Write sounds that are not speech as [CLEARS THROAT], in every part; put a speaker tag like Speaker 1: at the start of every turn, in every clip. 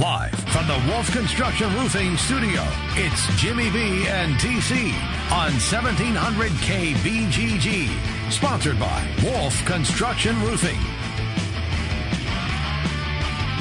Speaker 1: Live from the Wolf Construction Roofing Studio, it's Jimmy B and TC on 1700 KBGG. Sponsored by Wolf Construction Roofing.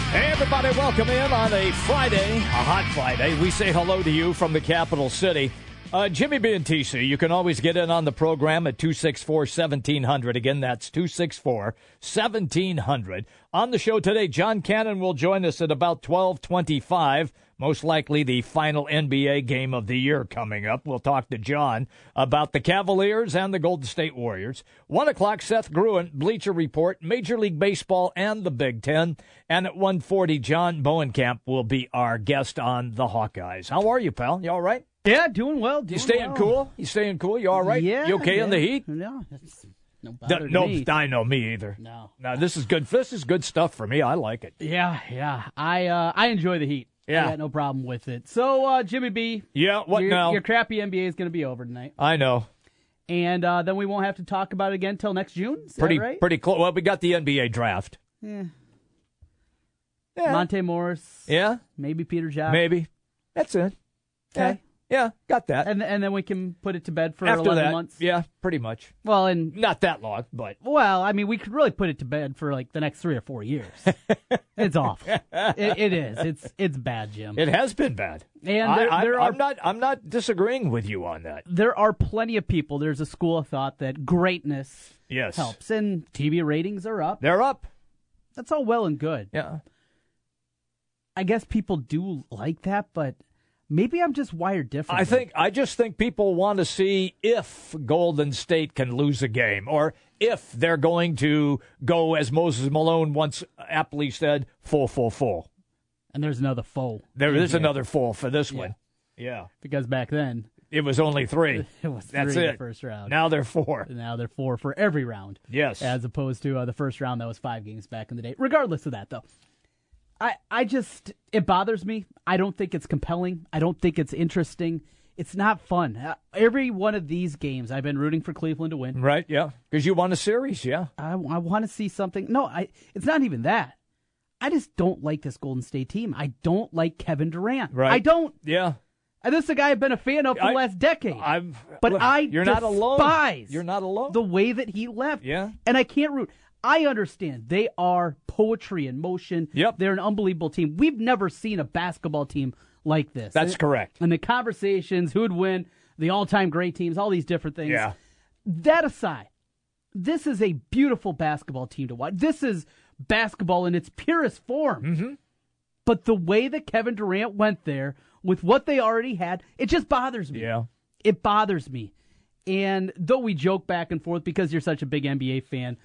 Speaker 2: Hey, everybody, welcome in on a Friday, a hot Friday. We say hello to you from the capital city. Uh, Jimmy B and TC, you can always get in on the program at 264 1700. Again, that's 264 1700. On the show today, John Cannon will join us at about 1225. Most likely the final NBA game of the year coming up. We'll talk to John about the Cavaliers and the Golden State Warriors. One o'clock, Seth Gruen, Bleacher Report, Major League Baseball and the Big Ten. And at 140, John Bowenkamp will be our guest on the Hawkeyes. How are you, pal? You all right?
Speaker 3: Yeah, doing well. Doing
Speaker 2: You staying
Speaker 3: well.
Speaker 2: cool? You staying cool? You all right?
Speaker 3: Yeah.
Speaker 2: You okay in the
Speaker 3: yeah.
Speaker 2: heat?
Speaker 3: No, that's no
Speaker 2: D-
Speaker 3: bother to
Speaker 2: no,
Speaker 3: me.
Speaker 2: I know me either.
Speaker 3: No.
Speaker 2: No, this is good. This is good stuff for me. I like it.
Speaker 3: Yeah, yeah. I uh, I enjoy the heat.
Speaker 2: Yeah.
Speaker 3: I got no problem with it. So, uh, Jimmy B,
Speaker 2: Yeah. What
Speaker 3: your,
Speaker 2: now?
Speaker 3: your crappy NBA is going to be over tonight,
Speaker 2: I know.
Speaker 3: and uh, then we won't have to talk about it again till next June. Is that
Speaker 2: Pretty
Speaker 3: right?
Speaker 2: pretty close. Well, we got the NBA draft.
Speaker 3: Yeah.
Speaker 2: Yeah.
Speaker 3: Monte Morris,
Speaker 2: yeah.
Speaker 3: maybe Peter Job.
Speaker 2: Maybe. That's it.
Speaker 3: Okay.
Speaker 2: Yeah. Yeah. Got that.
Speaker 3: And and then we can put it to bed for
Speaker 2: After
Speaker 3: eleven
Speaker 2: that,
Speaker 3: months.
Speaker 2: yeah, pretty much.
Speaker 3: Well, and
Speaker 2: Not that long, but
Speaker 3: well, I mean, we could really put it to bed for like the next three or four
Speaker 2: [LAUGHS]
Speaker 3: years. it's awful. It, it is. It's it's bad, Jim.
Speaker 2: it has been bad.
Speaker 3: And
Speaker 2: I,
Speaker 3: there-
Speaker 2: I'm-
Speaker 3: there are-
Speaker 2: I'm not. I'm not disagreeing with you on that.
Speaker 3: there are plenty of people. There's a school of thought that greatness
Speaker 2: Yes.
Speaker 3: helps, and TV ratings are up.
Speaker 2: They're up.
Speaker 3: That's all well and good.
Speaker 2: Yeah.
Speaker 3: I guess people do like that, but maybe I'm just wired differently.
Speaker 2: I think I just think people want to see if Golden State can lose a game or if they're going to go as Moses Malone once aptly said, full, full, full.
Speaker 3: and there's another foe
Speaker 2: There is another full for this one. Yeah.
Speaker 3: because back then
Speaker 2: It was only three.
Speaker 3: [LAUGHS] it was three
Speaker 2: That's
Speaker 3: in the
Speaker 2: it.
Speaker 3: first round.
Speaker 2: Now they're four.
Speaker 3: And now they're four for every round.
Speaker 2: Yes.
Speaker 3: as opposed to uh, the first round that was five games back in the day. Regardless of that, though, I I just it bothers me. I don't think it's compelling. I don't think it's interesting. It's not fun. Uh, Every one of these games, I've been rooting for Cleveland to win.
Speaker 2: right, yeah. Because you won a series, yeah.
Speaker 3: I, want to see something. No, I. It's not even that. I just don't like this Golden State team. I don't like Kevin Durant.
Speaker 2: Right.
Speaker 3: I don't.
Speaker 2: Yeah.
Speaker 3: And this is a guy I've been a fan of for
Speaker 2: I-
Speaker 3: the last decade.
Speaker 2: I'm
Speaker 3: but
Speaker 2: look,
Speaker 3: I
Speaker 2: You're
Speaker 3: despise
Speaker 2: not alone. You're not alone.
Speaker 3: the way that he left.
Speaker 2: Yeah.
Speaker 3: And I can't root. I understand they are poetry in motion.
Speaker 2: Yep.
Speaker 3: They're an unbelievable team. We've never seen a basketball team like this.
Speaker 2: That's
Speaker 3: And-
Speaker 2: correct.
Speaker 3: And the conversations, who'd win, the all time great teams, all these different things.
Speaker 2: Yeah.
Speaker 3: That aside, this is a beautiful basketball team to watch. This is basketball in its purest form. Mm-hmm. But the way that Kevin Durant went there with what they already had, it just bothers me
Speaker 2: Yeah.
Speaker 3: it bothers me. And though we joke back and forth because you're such a big NBA fan,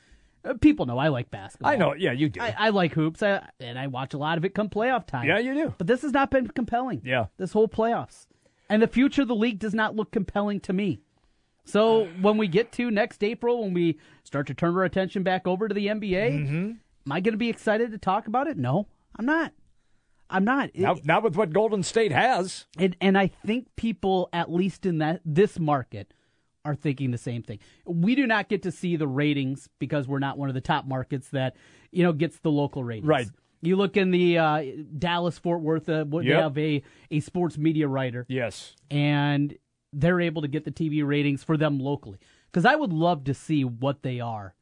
Speaker 3: uh, people know I like basketball.
Speaker 2: I know. Yeah, you do.
Speaker 3: I, I like hoops, I, and I watch a lot of it come playoff time.
Speaker 2: yeah, you do.
Speaker 3: But this has not been compelling.
Speaker 2: Yeah.
Speaker 3: This whole playoffs. And the future of the league does not look compelling to me. So when we get to next April, when we start to turn our attention back over to the NBA,
Speaker 2: Mm-hmm.
Speaker 3: am I going to be excited to talk about it? No, I'm not. I'm not. It-
Speaker 2: Now, now with what Golden State has.
Speaker 3: and and I think people, at least in that this market, are thinking the same thing. We do not get to see the ratings because we're not one of the top markets that you know gets the local ratings.
Speaker 2: Right.
Speaker 3: You look in the uh, Dallas Fort Worth. Uh, what- They
Speaker 2: Yep.
Speaker 3: have a a sports media writer,
Speaker 2: Yes.
Speaker 3: and they're able to get the TV ratings for them locally. Because I would love to see what they are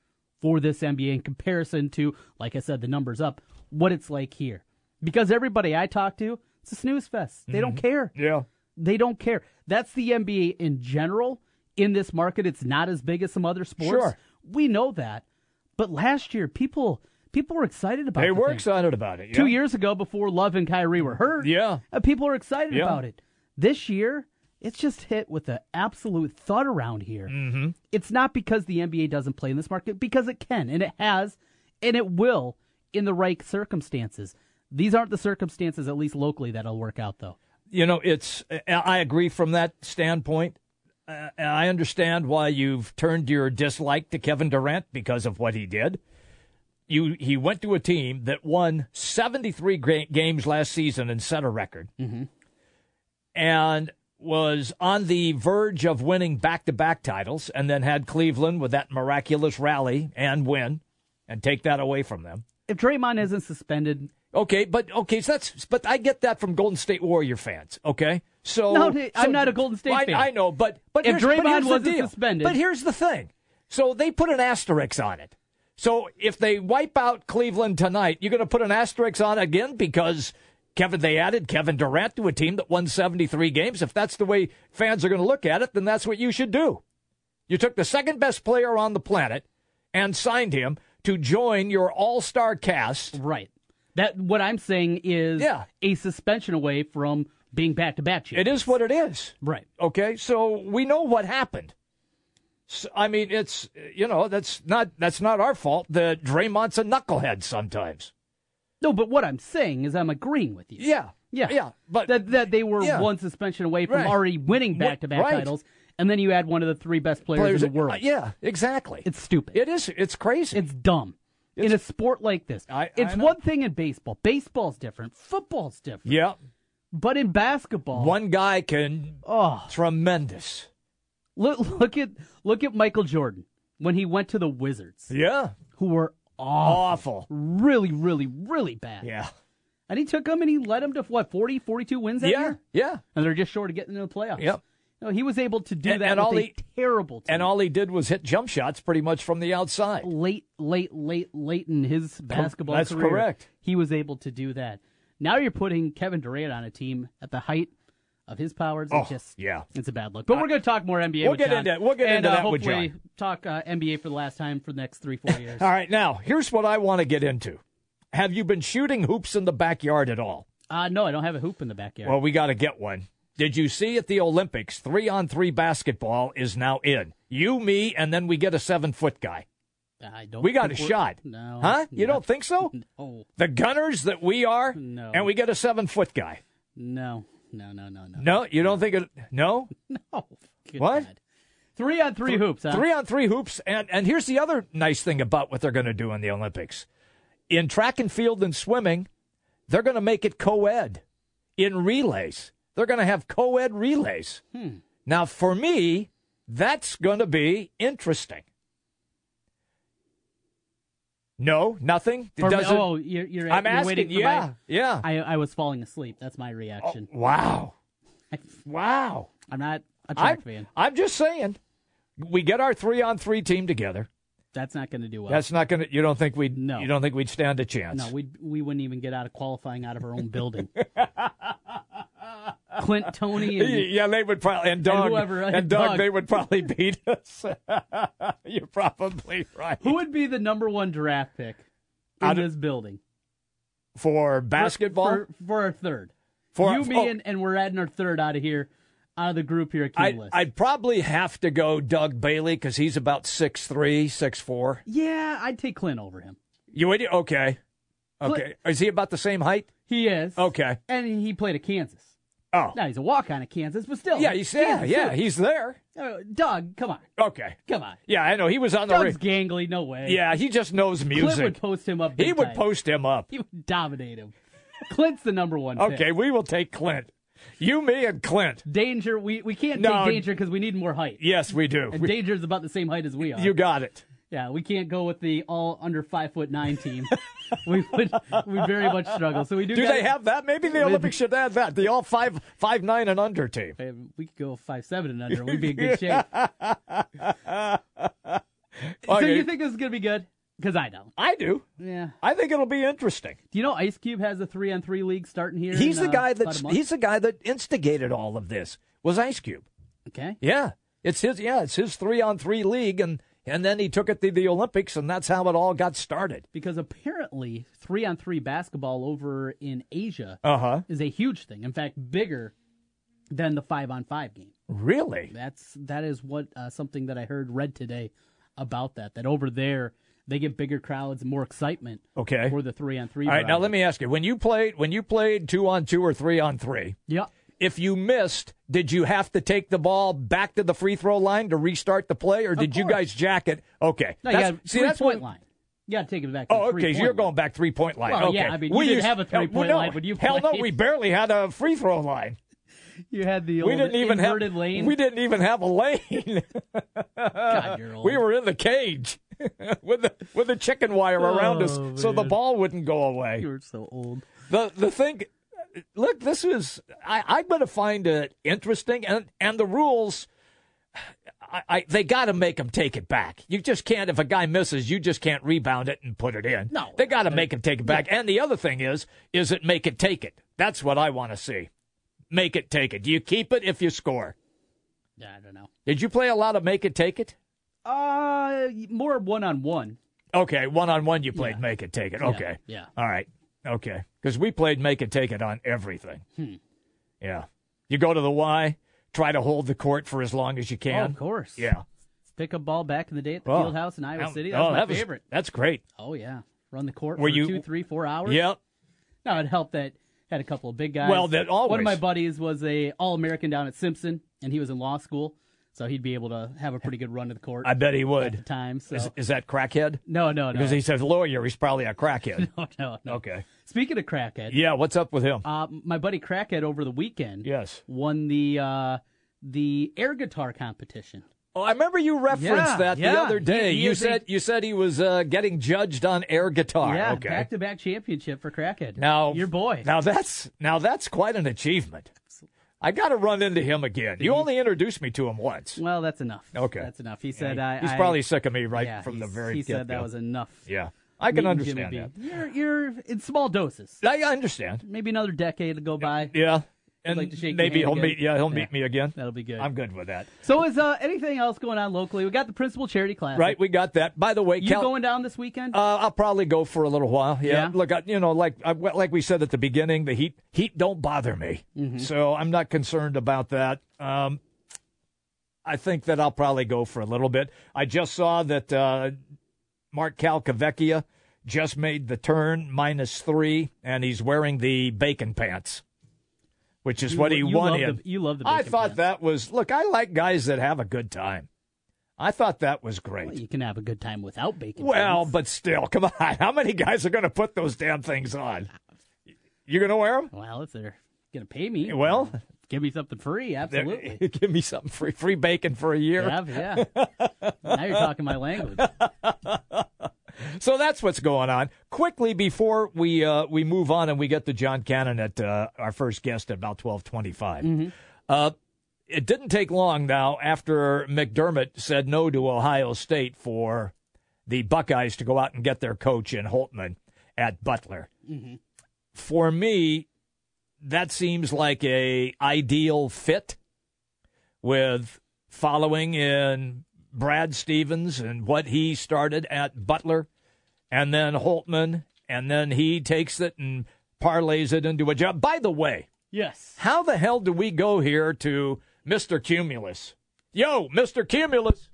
Speaker 3: for this NBA in comparison to, like I said, the numbers up, what it's like here. Because everybody I talk to, it's a snooze fest. They don't care.
Speaker 2: Mm-hmm. Yeah.
Speaker 3: They don't care. That's the NBA in general. In this market, it's not as big as some other sports.
Speaker 2: Sure.
Speaker 3: We know that. But last year, people people were excited about
Speaker 2: They
Speaker 3: the
Speaker 2: were
Speaker 3: thing.
Speaker 2: excited about it. Yeah.
Speaker 3: Two years ago, before Love and Kyrie were hurt,
Speaker 2: Yeah.
Speaker 3: uh, people were excited
Speaker 2: Yeah.
Speaker 3: about it. This year, it's just hit with an absolute thud around here. Mm-hmm. It's not because the NBA doesn't play in this market, because it can, and it has, and it will in the right circumstances. These aren't the circumstances, at least locally, that'll work out, though.
Speaker 2: you know it's i agree from that standpoint uh, i understand why you've turned your dislike to kevin durant because of what he did you he went to a team that won 73 gra- games last season and set a record
Speaker 3: Mm-hmm.
Speaker 2: and was on the verge of winning back-to-back titles and then had cleveland with that miraculous rally and win and take that away from them
Speaker 3: if Draymond isn't suspended,
Speaker 2: Okay, but okay, so that's but I get that from Golden State Warrior fans. Okay, so
Speaker 3: No, they- I'm
Speaker 2: so-
Speaker 3: not a Golden State
Speaker 2: I,
Speaker 3: fan.
Speaker 2: I know, but but
Speaker 3: If
Speaker 2: here's, but
Speaker 3: Draymond
Speaker 2: here's the
Speaker 3: wasn't
Speaker 2: deal.
Speaker 3: suspended-
Speaker 2: but here's the thing. So they put an asterisk on it. So if they wipe out Cleveland tonight, you're going to put an asterisk on it again because Kevin they added Kevin Durant to a team that won 73 games. If that's the way fans are going to look at it, then that's what you should do. You took the second best player on the planet and signed him to join your all-star cast.
Speaker 3: Right. That what I'm saying is
Speaker 2: Yeah.
Speaker 3: a suspension away from being back to back
Speaker 2: It is what it is.
Speaker 3: Right.
Speaker 2: Okay, so we know what happened. So, I mean, it's you know that's not that's not our fault. The Draymond's a knucklehead sometimes.
Speaker 3: No, but what I'm saying is I'm agreeing with you.
Speaker 2: Yeah,
Speaker 3: Yeah.
Speaker 2: yeah. But
Speaker 3: that that they were
Speaker 2: Yeah.
Speaker 3: one suspension away from
Speaker 2: Right.
Speaker 3: already winning
Speaker 2: Wha-
Speaker 3: back to back
Speaker 2: right.
Speaker 3: titles and then you add one of the three best players, in the world.
Speaker 2: uh, yeah, exactly.
Speaker 3: It's stupid.
Speaker 2: it is. It's crazy.
Speaker 3: It's dumb. in a sport like this,
Speaker 2: I- I
Speaker 3: it's
Speaker 2: know.
Speaker 3: one thing in baseball. Baseball's different. Football's different.
Speaker 2: yeah,
Speaker 3: But in basketball,
Speaker 2: one guy can
Speaker 3: oh,
Speaker 2: tremendous.
Speaker 3: look, look at look at Michael Jordan when he went to the Wizards,
Speaker 2: Yeah,
Speaker 3: who were awful,
Speaker 2: awful.
Speaker 3: really, really, really bad.
Speaker 2: Yeah,
Speaker 3: And he took them and he led them to what 40, 42 wins that
Speaker 2: yeah,
Speaker 3: year,
Speaker 2: yeah.
Speaker 3: and they're just short of getting into the playoffs.
Speaker 2: Yep.
Speaker 3: No, he was able to do
Speaker 2: And-
Speaker 3: that
Speaker 2: and
Speaker 3: with
Speaker 2: all
Speaker 3: a
Speaker 2: he-
Speaker 3: terrible team.
Speaker 2: And all he did was hit jump shots pretty much from the outside.
Speaker 3: late, late, late, late in his basketball
Speaker 2: that's
Speaker 3: career,
Speaker 2: correct.
Speaker 3: he was able to do that. Now you're putting Kevin Durant on a team at the height of his powers. It's just
Speaker 2: Oh, yeah.
Speaker 3: it's a bad look. But we're going to talk more NBA.
Speaker 2: We'll
Speaker 3: with
Speaker 2: get
Speaker 3: John,
Speaker 2: into- we'll get
Speaker 3: and,
Speaker 2: into
Speaker 3: uh,
Speaker 2: that with
Speaker 3: hopefully
Speaker 2: John.
Speaker 3: Talk uh, NBA for the last time for the next three,
Speaker 2: [LAUGHS]
Speaker 3: four years.
Speaker 2: All right, now here's what I want to get into. Have you been shooting hoops in the backyard at all?
Speaker 3: uh, no, I don't have a hoop in the backyard.
Speaker 2: Well, we got to get one. Did you see at the Olympics, three on three basketball is now in? You, me, and then we get a seven foot guy.
Speaker 3: I don't.
Speaker 2: We got a
Speaker 3: think we're-
Speaker 2: shot.
Speaker 3: No,
Speaker 2: Huh? You
Speaker 3: no,
Speaker 2: don't think so?
Speaker 3: Oh
Speaker 2: The gunners that we are,
Speaker 3: No.
Speaker 2: and we get a seven foot guy.
Speaker 3: no, no, no, no, no.
Speaker 2: No, you don't think it?
Speaker 3: [LAUGHS]
Speaker 2: No?
Speaker 3: Oh, good
Speaker 2: What?
Speaker 3: God. Three on three hoops. Huh?
Speaker 2: Three on three hoops. And, and here's the other nice thing about what they're going to do in the Olympics in track and field and swimming, they're going to make it co ed. In relays, they're going to have co ed relays.
Speaker 3: Hmm.
Speaker 2: Now, for me, that's going to be interesting. No, nothing. It
Speaker 3: Or-
Speaker 2: doesn't.
Speaker 3: oh, you're, you're,
Speaker 2: I'm
Speaker 3: you're
Speaker 2: asking.
Speaker 3: waiting for
Speaker 2: yeah,
Speaker 3: my-
Speaker 2: yeah. Oh,
Speaker 3: I, I was falling asleep. That's my reaction. [LAUGHS]
Speaker 2: wow,
Speaker 3: I,
Speaker 2: wow.
Speaker 3: am not a track
Speaker 2: I'm,
Speaker 3: fan.
Speaker 2: I'm just saying, we get our three-on-three team together.
Speaker 3: That's not going to do well.
Speaker 2: That's not gonna. You don't think we?
Speaker 3: No.
Speaker 2: You don't think we'd stand a chance?
Speaker 3: no, we we wouldn't even get out of qualifying out of our own building. [LAUGHS] Clint, Tony,
Speaker 2: Y-
Speaker 3: and
Speaker 2: Yeah, they would probably and Doug
Speaker 3: whoever, right,
Speaker 2: and Doug,
Speaker 3: Doug.
Speaker 2: they would probably beat us. [LAUGHS] You're probably right.
Speaker 3: who would be the number one draft pick in
Speaker 2: Out of-
Speaker 3: this building?
Speaker 2: for basketball?
Speaker 3: for, for our third.
Speaker 2: For-
Speaker 3: you, me,
Speaker 2: oh.
Speaker 3: and, and we're adding our third out of here, out of the group here at
Speaker 2: I,
Speaker 3: Keyless.
Speaker 2: I'd probably have to go Doug Bailey because he's about six three, six four.
Speaker 3: yeah, I'd take Clint over him.
Speaker 2: You would okay, okay. Is he about the same height?
Speaker 3: He is
Speaker 2: Okay.
Speaker 3: and he played at Kansas.
Speaker 2: Oh,
Speaker 3: Now he's a walk on at Kansas, but still,
Speaker 2: yeah, he's yeah,
Speaker 3: Kansas
Speaker 2: yeah,
Speaker 3: City.
Speaker 2: he's there.
Speaker 3: Uh, Doug, come on,
Speaker 2: Okay,
Speaker 3: come on.
Speaker 2: yeah, I know he was on the
Speaker 3: Doug's
Speaker 2: ring.
Speaker 3: gangly, no way.
Speaker 2: Yeah, he just knows
Speaker 3: Clint would
Speaker 2: music.
Speaker 3: post him up.
Speaker 2: He
Speaker 3: big
Speaker 2: would
Speaker 3: time.
Speaker 2: post him up.
Speaker 3: He would dominate him. Clint's the number one. pick.
Speaker 2: Okay, we will take Clint. You, me, and Clint.
Speaker 3: Danger. We we can't
Speaker 2: No.
Speaker 3: take danger because we need more height.
Speaker 2: Yes, we do.
Speaker 3: And
Speaker 2: We-
Speaker 3: Danger's about the same height as we are.
Speaker 2: you got it.
Speaker 3: yeah, we can't go with the all under five foot nine
Speaker 2: [LAUGHS]
Speaker 3: team. we would we very much struggle. So we do.
Speaker 2: Do
Speaker 3: gotta-
Speaker 2: they have that? Maybe the Olympics should add that. The all five five nine and under team.
Speaker 3: Uh, We could go five seven and under. We'd be in good shape. [LAUGHS] So
Speaker 2: Okay.
Speaker 3: you think this is gonna be good? Because I don't.
Speaker 2: [LAUGHS] I do.
Speaker 3: Yeah.
Speaker 2: I think it'll be interesting.
Speaker 3: Do you know Ice Cube has a three on three league starting here?
Speaker 2: He's
Speaker 3: in,
Speaker 2: the
Speaker 3: uh,
Speaker 2: guy
Speaker 3: about
Speaker 2: that
Speaker 3: a month?
Speaker 2: he's the guy that instigated all of this. Was Ice Cube?
Speaker 3: okay.
Speaker 2: Yeah, it's his. Yeah, it's his three on three league, and and then he took it to the Olympics, and that's how it all got started.
Speaker 3: Because apparently, three on three basketball over in Asia
Speaker 2: Uh huh.
Speaker 3: is a huge thing. In fact, bigger than the five on five game.
Speaker 2: Really?
Speaker 3: That's that is what uh, something that I heard read today about that. That over there they get bigger crowds, more excitement
Speaker 2: Okay.
Speaker 3: for the three on three.
Speaker 2: All right. Now let me ask you: when you played, when you played two on two or three on three,
Speaker 3: Yeah.
Speaker 2: if you missed, did you have to take the ball back to the free throw line to restart the play, or did you
Speaker 3: course.
Speaker 2: guys jack it? Okay,
Speaker 3: No, you
Speaker 2: That's-
Speaker 3: got
Speaker 2: see,
Speaker 3: three
Speaker 2: that's
Speaker 3: point
Speaker 2: what-
Speaker 3: line. You got to take it back. To
Speaker 2: Oh,
Speaker 3: the
Speaker 2: okay. So you're
Speaker 3: three-point
Speaker 2: going back three point line.
Speaker 3: Well,
Speaker 2: okay.
Speaker 3: yeah, I mean, you didn't have a
Speaker 2: hell,
Speaker 3: three-point
Speaker 2: no.
Speaker 3: line when you
Speaker 2: hell no,
Speaker 3: played.
Speaker 2: we barely had a free throw line.
Speaker 3: line. You had the old
Speaker 2: We didn't even have
Speaker 3: inverted lane.
Speaker 2: We didn't even have a lane.
Speaker 3: God, you're old.
Speaker 2: we were in the cage. [LAUGHS] with the with the chicken wire around us
Speaker 3: Oh,
Speaker 2: so the
Speaker 3: man.
Speaker 2: ball wouldn't go away.
Speaker 3: You're so old.
Speaker 2: The the thing look, this is I, I'm gonna find it interesting and and the rules I, I they got to make him take it back. You just can't if a guy misses, you just can't rebound it and put it in.
Speaker 3: No.
Speaker 2: they got to make him take it back. And the other thing is, is it make it take it? That's what I want to see. Make it take it. Do you keep it if you score?
Speaker 3: Yeah, I don't know.
Speaker 2: Did you play a lot of make it take it?
Speaker 3: Uh, more one on one.
Speaker 2: Okay, one on one you played
Speaker 3: Yeah.
Speaker 2: make it take it. Okay.
Speaker 3: yeah.
Speaker 2: All right. Okay. Because we played make it take it on everything. Yeah. You go to the Y, try to hold the court for as long as you can.
Speaker 3: Oh, of course.
Speaker 2: Yeah.
Speaker 3: Pick up ball back in the day at the
Speaker 2: Oh.
Speaker 3: field house in Iowa
Speaker 2: That-
Speaker 3: City. That was
Speaker 2: oh,
Speaker 3: my
Speaker 2: that was-
Speaker 3: favorite.
Speaker 2: that's great.
Speaker 3: Oh yeah, run the court
Speaker 2: Were
Speaker 3: for
Speaker 2: you-
Speaker 3: two, three, four hours.
Speaker 2: Yep.
Speaker 3: No, it helped that had a couple of big guys.
Speaker 2: Well, that
Speaker 3: One
Speaker 2: always-
Speaker 3: of my buddies was a All American down at Simpson, and he was in law school, so he'd be able to have a pretty good run to the court
Speaker 2: I bet he
Speaker 3: at the
Speaker 2: would.
Speaker 3: time. So
Speaker 2: Is, is that crackhead?
Speaker 3: no, no, no,
Speaker 2: Because
Speaker 3: [LAUGHS]
Speaker 2: he says lawyer, he's probably a crackhead.
Speaker 3: no, no, no.
Speaker 2: Okay.
Speaker 3: Speaking of crackhead,
Speaker 2: Yeah. What's up with him?
Speaker 3: uh, my buddy Crackhead over the weekend
Speaker 2: Yes.
Speaker 3: won the uh, the air guitar competition.
Speaker 2: Oh, I remember you referenced
Speaker 3: Yeah,
Speaker 2: that the
Speaker 3: yeah.
Speaker 2: other day.
Speaker 3: He- he
Speaker 2: you
Speaker 3: is a-
Speaker 2: said you said he was uh, getting judged on air guitar.
Speaker 3: yeah,
Speaker 2: okay.
Speaker 3: back to back championship for Crackhead.
Speaker 2: Now
Speaker 3: your boy.
Speaker 2: Now that's now that's quite an achievement. I got to run into him again. You only introduced me to him once.
Speaker 3: well, that's enough.
Speaker 2: Okay.
Speaker 3: that's enough. He said, I,
Speaker 2: he's
Speaker 3: I-
Speaker 2: probably sick of me right
Speaker 3: yeah,
Speaker 2: from the
Speaker 3: he's-
Speaker 2: very
Speaker 3: He said
Speaker 2: get-go.
Speaker 3: that was enough.
Speaker 2: yeah. I can
Speaker 3: meeting Jimmy
Speaker 2: understand that.
Speaker 3: B. You're you're in small doses.
Speaker 2: I I understand.
Speaker 3: Maybe another decade to go by.
Speaker 2: Yeah, and
Speaker 3: like to shake your
Speaker 2: maybe
Speaker 3: hand
Speaker 2: he'll
Speaker 3: again.
Speaker 2: meet. Yeah, he'll
Speaker 3: Yeah.
Speaker 2: meet me again.
Speaker 3: That'll be good.
Speaker 2: I'm good with that.
Speaker 3: So is uh, anything else going on locally? We got the principal charity class.
Speaker 2: Right, we got that. By the way,
Speaker 3: You
Speaker 2: Cal-
Speaker 3: going down this weekend?
Speaker 2: Uh, I'll probably go for a little while. Yeah.
Speaker 3: Yeah.
Speaker 2: Look, I, you know, like I, like we said at the beginning, the heat heat don't bother me,
Speaker 3: Mm-hmm.
Speaker 2: so I'm not concerned about that. Um, I think that I'll probably go for a little bit. I just saw that uh, Mark Calcavecchia just made the turn minus three, and he's wearing the bacon pants, which is
Speaker 3: You
Speaker 2: what
Speaker 3: lo-
Speaker 2: he
Speaker 3: you
Speaker 2: won
Speaker 3: love
Speaker 2: in.
Speaker 3: the- you love the
Speaker 2: I
Speaker 3: bacon
Speaker 2: thought
Speaker 3: pants.
Speaker 2: that was look. I like guys that have a good time. I thought that was great.
Speaker 3: you can have a good time without bacon.
Speaker 2: Well,
Speaker 3: pants.
Speaker 2: but still, [LAUGHS] come on. How many guys are going to put those damn things on?
Speaker 3: Uh,
Speaker 2: You going to wear them?
Speaker 3: well, if they're gonna pay me,
Speaker 2: Well,
Speaker 3: [LAUGHS] give me something free. Absolutely.
Speaker 2: [LAUGHS] give me something free, free bacon for a year.
Speaker 3: Yeah,
Speaker 2: [LAUGHS]
Speaker 3: yeah. now you're talking my [LAUGHS] language.
Speaker 2: So that's what's going on. Quickly before we uh, we move on and we get to John Cannon at uh, our first guest at about twelve Uh, it didn't take long now after McDermott said no to Ohio State for the Buckeyes to go out and get their coach in Holtman at Butler.
Speaker 3: Mm-hmm.
Speaker 2: For me, that seems like a ideal fit with following in Brad Stevens and what he started at Butler and then Holtman and then he takes it and parlays it into a job. By the way,
Speaker 3: Yes.
Speaker 2: how the hell do we go here to Mr. Cumulus? Yo, Mr. Cumulus.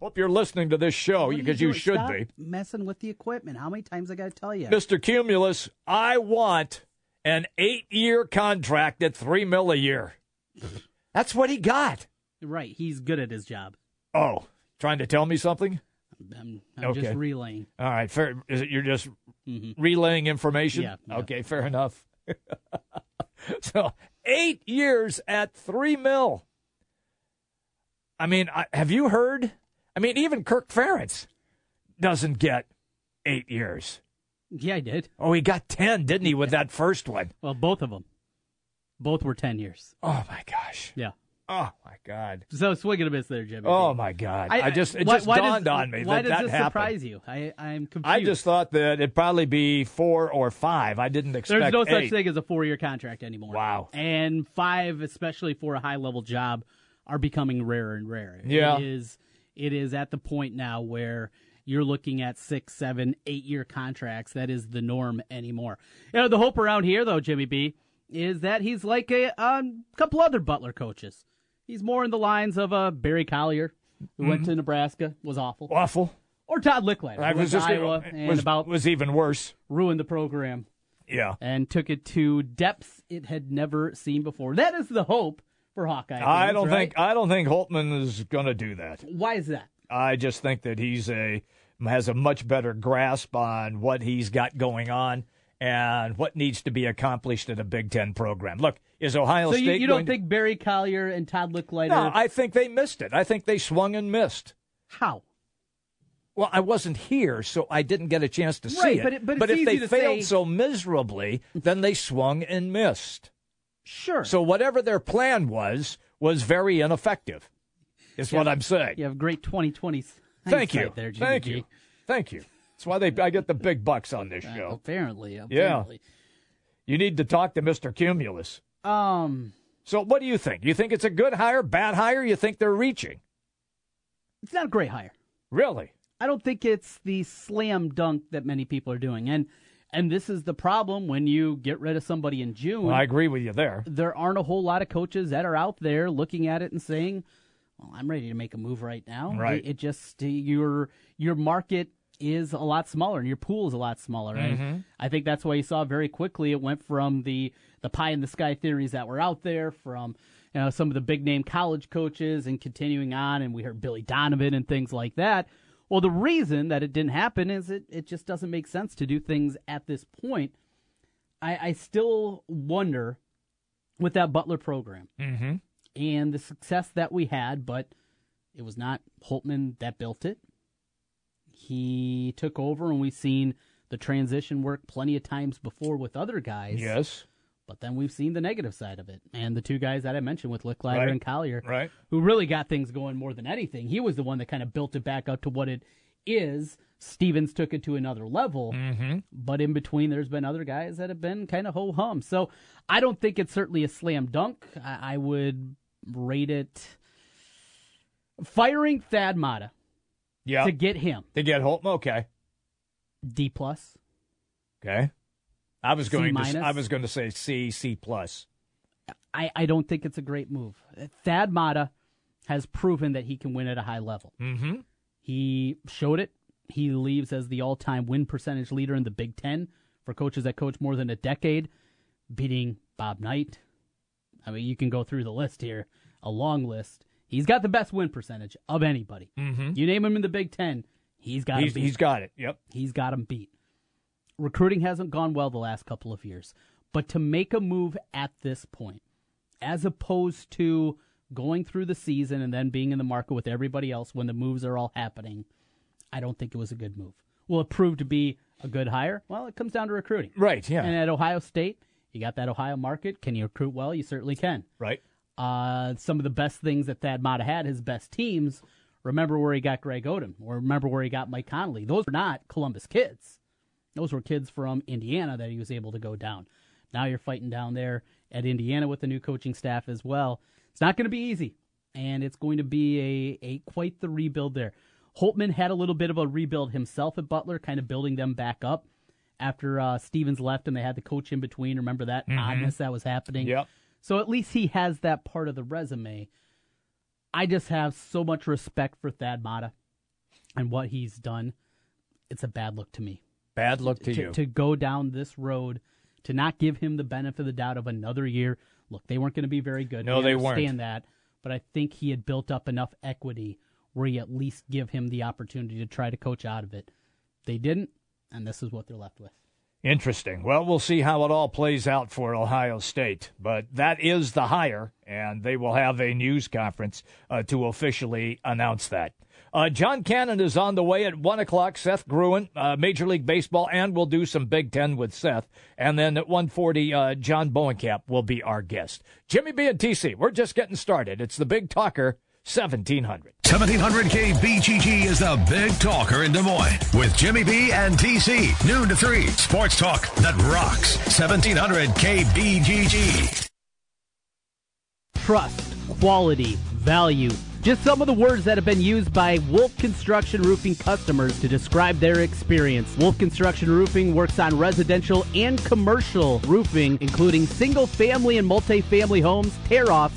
Speaker 2: Hope you're listening to this show
Speaker 3: What are
Speaker 2: because you,
Speaker 3: doing?
Speaker 2: should
Speaker 3: Stop
Speaker 2: be.
Speaker 3: messing with the equipment. How many times I gotta tell you?
Speaker 2: Mr. Cumulus, I want an eight year contract at three mil a year. That's what he got.
Speaker 3: Right. He's good at his job.
Speaker 2: Oh, trying to tell me something?
Speaker 3: I'm, I'm
Speaker 2: Okay.
Speaker 3: just relaying. Mm-hmm.
Speaker 2: All right, fair. Is it you're just relaying information?
Speaker 3: Yeah, yeah.
Speaker 2: Okay, fair enough. [LAUGHS] so eight years at three mil. I mean, I, have you heard? I mean, even Kirk Ferentz doesn't get eight years.
Speaker 3: Yeah, I did.
Speaker 2: Oh, he got ten, didn't he, with that first one?
Speaker 3: Well, both of them. Both were ten years.
Speaker 2: Oh my gosh.
Speaker 3: Yeah.
Speaker 2: Oh my god.
Speaker 3: So swing and a miss there, Jimmy.
Speaker 2: Oh my god. I, just it
Speaker 3: why-
Speaker 2: just
Speaker 3: why does-
Speaker 2: dawned on me
Speaker 3: Why
Speaker 2: that
Speaker 3: does
Speaker 2: that
Speaker 3: this
Speaker 2: happened.
Speaker 3: surprise you? I, I'm confused.
Speaker 2: I just thought that it'd probably be four or five. I didn't expect.
Speaker 3: there's no
Speaker 2: eight.
Speaker 3: such thing as a four-year contract anymore.
Speaker 2: Wow.
Speaker 3: And five, especially for a high-level job, are becoming rarer and rarer.
Speaker 2: Yeah.
Speaker 3: It is. It is at the point now where you're looking at six, seven, eight-year contracts. That is the norm anymore. You know, the hope around here, though, Jimmy B, is that he's like a um, couple other Butler coaches. He's more in the lines of uh, Barry Collier, who went to Nebraska, was awful.
Speaker 2: Mm-hmm. Awful.
Speaker 3: or Todd Licklider.
Speaker 2: I
Speaker 3: who
Speaker 2: was
Speaker 3: went
Speaker 2: just
Speaker 3: to Iowa
Speaker 2: it
Speaker 3: and
Speaker 2: was,
Speaker 3: about
Speaker 2: was even worse.
Speaker 3: ruined the program
Speaker 2: Yeah,
Speaker 3: and took it to depths it had never seen before. That is the hope for Hawkeye.
Speaker 2: I
Speaker 3: fans,
Speaker 2: don't
Speaker 3: right?
Speaker 2: think I don't think Holtman is going to do that.
Speaker 3: Why is that?
Speaker 2: I just think that he's a has a much better grasp on what he's got going on and what needs to be accomplished at a Big Ten program. Look, is Ohio
Speaker 3: So you,
Speaker 2: State?
Speaker 3: you
Speaker 2: going
Speaker 3: don't
Speaker 2: to-
Speaker 3: think Barry Collier and Todd Licklider?
Speaker 2: No, I think they missed it. I think they swung and missed.
Speaker 3: how?
Speaker 2: Well, I wasn't here, so I didn't get a chance to
Speaker 3: Right,
Speaker 2: see it.
Speaker 3: but it- but it's
Speaker 2: if
Speaker 3: easy
Speaker 2: they
Speaker 3: to
Speaker 2: failed
Speaker 3: say-
Speaker 2: so miserably, then they swung and missed.
Speaker 3: Sure.
Speaker 2: So whatever their plan was was very ineffective. Is what I'm saying.
Speaker 3: you have great 2020s.
Speaker 2: Thank you.
Speaker 3: hindsight There, Jimmy
Speaker 2: Thank
Speaker 3: G.
Speaker 2: you. Thank you. That's why they I get the big bucks on this
Speaker 3: Uh,
Speaker 2: show.
Speaker 3: apparently, apparently.
Speaker 2: You need to talk to Mr. Cumulus.
Speaker 3: Um,
Speaker 2: So what do you think? You think it's a good hire, bad hire? You think they're reaching?
Speaker 3: it's not a great hire.
Speaker 2: Really?
Speaker 3: I don't think it's the slam dunk that many people are doing, and and this is the problem when you get rid of somebody in June.
Speaker 2: I agree with you there.
Speaker 3: there aren't a whole lot of coaches that are out there looking at it and saying, "Well, I'm ready to make a move right now."
Speaker 2: Right.
Speaker 3: It, it just uh, your your market is a lot smaller and your pool is a lot smaller. And I think that's why you saw very quickly it went from the the pie in the sky theories that were out there from you know some of the big name college coaches and continuing on and we heard Billy Donovan and things like that. Well, the reason that it didn't happen is it, it just doesn't make sense to do things at this point. I, I still wonder with that Butler program
Speaker 2: Mm-hmm.
Speaker 3: and the success that we had, but it was not Holtman that built it. He took over, and we've seen the transition work plenty of times before with other guys.
Speaker 2: Yes.
Speaker 3: But then we've seen the negative side of it. And the two guys that I mentioned with Licklider
Speaker 2: Right.
Speaker 3: and Collier,
Speaker 2: Right.
Speaker 3: who really got things going more than anything, he was the one that kind of built it back up to what it is. Stevens took it to another level
Speaker 2: Mm-hmm.
Speaker 3: but in between there's been other guys that have been kind of ho hum. So I don't think it's certainly a slam dunk. I, I would rate it firing Thad Mata
Speaker 2: Yeah.
Speaker 3: to
Speaker 2: To,
Speaker 3: get him
Speaker 2: get Holton. Okay.
Speaker 3: D plus.
Speaker 2: Okay. I was
Speaker 3: C
Speaker 2: going to.
Speaker 3: minus?
Speaker 2: I was going to say C C plus.
Speaker 3: I, I don't think it's a great move. Thad Mata has proven that he can win at a high level.
Speaker 2: Mm-hmm.
Speaker 3: He showed it. He leaves as the all time win percentage leader in the Big Ten for coaches that coach more than a decade, beating Bob Knight. I mean, you can go through the list here, a long list. He's got the best win percentage of anybody.
Speaker 2: Mm-hmm.
Speaker 3: You name him in the Big Ten, he's got
Speaker 2: He's,
Speaker 3: him beat.
Speaker 2: he's got it. Yep.
Speaker 3: he's got him beat. Recruiting hasn't gone well the last couple of years, but to make a move at this point, as opposed to going through the season and then being in the market with everybody else when the moves are all happening, I don't think it was a good move. Will it prove to be a good hire? Well, it comes down to recruiting.
Speaker 2: Right. Yeah.
Speaker 3: And at Ohio State, you got that Ohio market. Can you recruit well? You certainly can.
Speaker 2: right.
Speaker 3: Uh, some of the best things that Thad Mata had, his best teams. Remember where he got Greg Odom, or remember where he got Mike Connolly. Those were not Columbus kids. Those were kids from Indiana that he was able to go down. Now you're fighting down there at Indiana with the new coaching staff as well. It's not going to be easy, and it's going to be a, a quite the rebuild there. Holtman had a little bit of a rebuild himself at Butler, kind of building them back up after uh, Stevens left and they had the coach in between. Remember that oddness that was happening?
Speaker 2: Mm-hmm. Yep.
Speaker 3: So at least he has that part of the resume. I just have so much respect for Thad Mata and what he's done. It's a bad look to me
Speaker 2: Bad luck to, you.
Speaker 3: to go down this road, to not give him the benefit of the doubt of another year. Look, they weren't going to be very good.
Speaker 2: No,
Speaker 3: We
Speaker 2: they weren't.
Speaker 3: Understand that, but I think he had built up enough equity where you at least give him the opportunity to try to coach out of it. They didn't, and this is what they're left with.
Speaker 2: Interesting. Well, we'll see how it all plays out for Ohio State, but that is the hire, and they will have a news conference uh, to officially announce that. Uh, John Cannon is on the way at 1 o'clock. Seth Gruen, uh, Major League Baseball, and we'll do some Big Ten with Seth. And then at 1.40, uh, John Bowenkamp will be our guest. Jimmy B and TC, we're just getting started. It's the Big Talker 1700.
Speaker 1: 1700K BGG is the big talker in Des Moines with Jimmy B and TC. Noon to 3. Sports talk that rocks. 1700K BGG.
Speaker 3: trust, quality, value. Just some of the words that have been used by Wolf Construction Roofing customers to describe their experience. Wolf Construction Roofing works on residential and commercial roofing, including single family and multifamily homes, tear offs,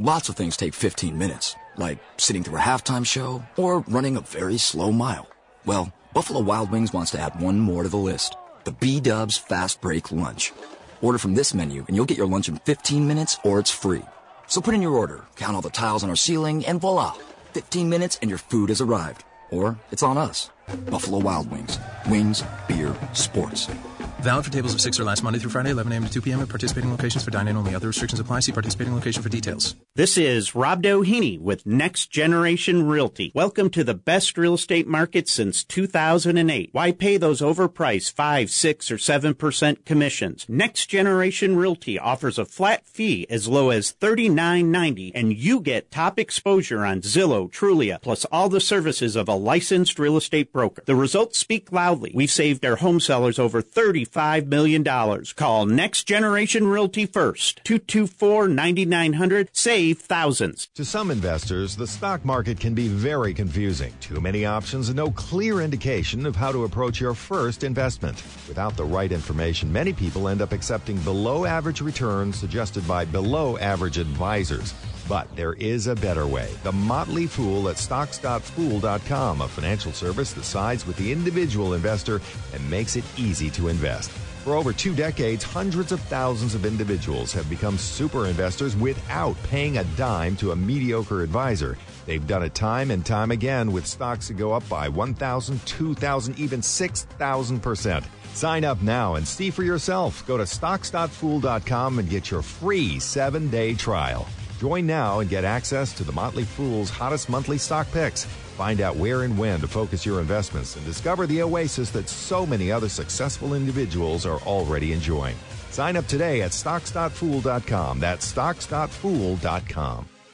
Speaker 4: Lots of things take 15 minutes, like sitting through a halftime show or running a very slow mile. Well,
Speaker 5: Buffalo Wild Wings wants to add one more to the list the B Dubs Fast Break Lunch. Order from this menu, and you'll get your lunch in 15 minutes or it's free. So put in your order, count all the tiles on our ceiling, and voila! 15 minutes and your food has arrived. Or it's on us. Buffalo Wild Wings. Wings, beer, sports.
Speaker 6: Valid for tables of six or less Monday through Friday, 11 a.m. to 2 p.m. at participating locations for dine-in only. Other restrictions apply. See participating location for details.
Speaker 4: This is Rob Doheny with Next Generation Realty. Welcome to the best real estate market since 2008. Why pay those overpriced 5, 6, or 7% commissions? Next Generation Realty offers a flat fee as low as $39.90 and you get top exposure on Zillow, Trulia, plus all the services of a licensed real estate broker. The results speak loudly. We've saved our home sellers over $35 million. Call Next Generation Realty first, 224-9900. Save thousands.
Speaker 7: To some investors, the stock market can be very confusing. Too many options and no clear indication of how to approach your first investment. Without the right information, many people end up accepting below average returns suggested by below average advisors. But there is a better way. The Motley Fool at stocks.fool.com, a financial service that sides with the individual investor and makes it easy to invest. For over two decades, hundreds of thousands of individuals have become super investors without paying a dime to a mediocre advisor. They've done it time and time again with stocks that go up by 1,000, 2,000, even 6,000%. Sign up now and see for yourself. Go to stocks.fool.com and get your free seven day trial. Join now and get access to the Motley Fool's hottest monthly stock picks. Find out where and when to focus your investments and discover the oasis that so many other successful individuals are already enjoying. Sign up today at stocks.fool.com. That's stocks.fool.com.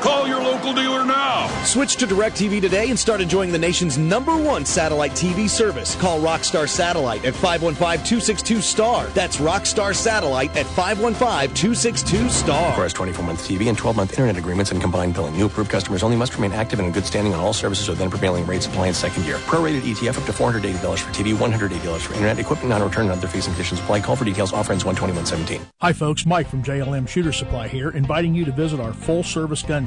Speaker 8: Call your local dealer now.
Speaker 9: Switch to DirecTV today and start enjoying the nation's number one satellite TV service. Call Rockstar Satellite at 515-262-STAR. That's Rockstar Satellite at 515-262-STAR.
Speaker 10: For 24-month TV and 12-month internet agreements and combined billing, new approved customers only must remain active and in good standing on all services within prevailing rates applied second year. Prorated E ETF to $480 for TV, $180 for internet, equipment non-return and other fees and conditions apply. Call for details. Offer ends 121.17.
Speaker 11: Hi folks, Mike from JLM Shooter Supply here, inviting you to visit our full-service gun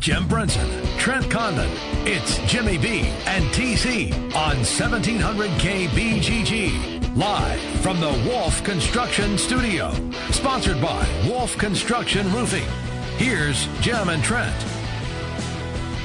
Speaker 1: Jim Brinson, Trent Condon, it's Jimmy B and TC on 1700K BGG. Live from the Wolf Construction Studio. Sponsored by Wolf Construction Roofing. Here's Jim and Trent.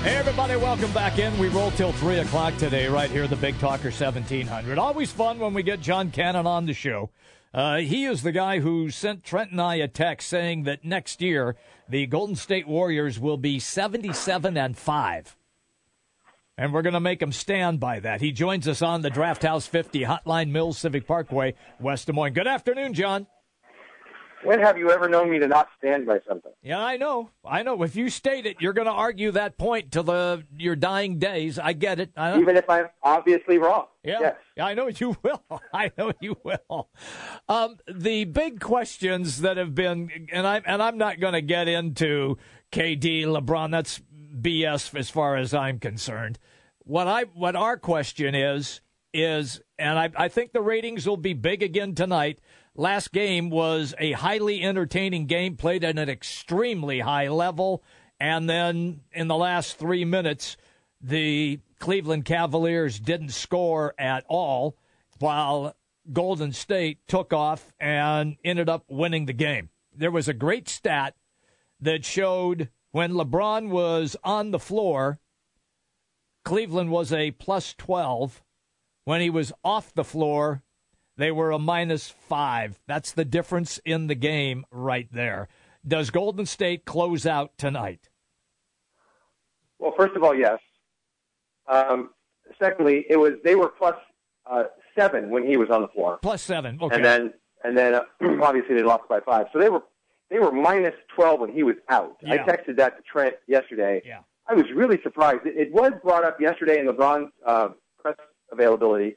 Speaker 2: Hey, everybody, welcome back in. We roll till 3 o'clock today, right here, the Big Talker 1700. Always fun when we get John Cannon on the show. Uh, he is the guy who sent Trent and I a text saying that next year the Golden State Warriors will be 77 and 5. And we're going to make him stand by that. He joins us on the Draft House 50 Hotline Mills Civic Parkway, West Des Moines. Good afternoon, John.
Speaker 12: When have you ever known me to not stand by something?
Speaker 2: Yeah, I know. I know. If you state it, you're going to argue that point till the your dying days. I get it. I
Speaker 12: Even if I'm obviously wrong.
Speaker 2: Yeah, I know you will. [LAUGHS] I know you will. Um, the big questions that have been, and I'm and I'm not going to get into KD, LeBron. That's BS as far as I'm concerned. What I what our question is is, and I, I think the ratings will be big again tonight. Last game was a highly entertaining game played at an extremely high level, and then in the last three minutes the Cleveland Cavaliers didn't score at all, while Golden State took off and ended up winning the game. There was a great stat that showed when LeBron was on the floor, Cleveland was a plus 12. When he was off the floor, they were a minus five. That's the difference in the game right there. Does Golden State close out tonight?
Speaker 12: Well, first of all, yes. Um, secondly, it was they were plus uh, seven when he was on the floor,
Speaker 2: Plus seven. Okay.
Speaker 12: and then and then uh, [CLEARS THROAT] obviously they lost by five. So they were they were minus twelve when he was out. I
Speaker 13: Yeah.
Speaker 12: texted that to Trent yesterday. Yeah. I was really surprised. It, it was brought up yesterday in LeBron's uh, press availability,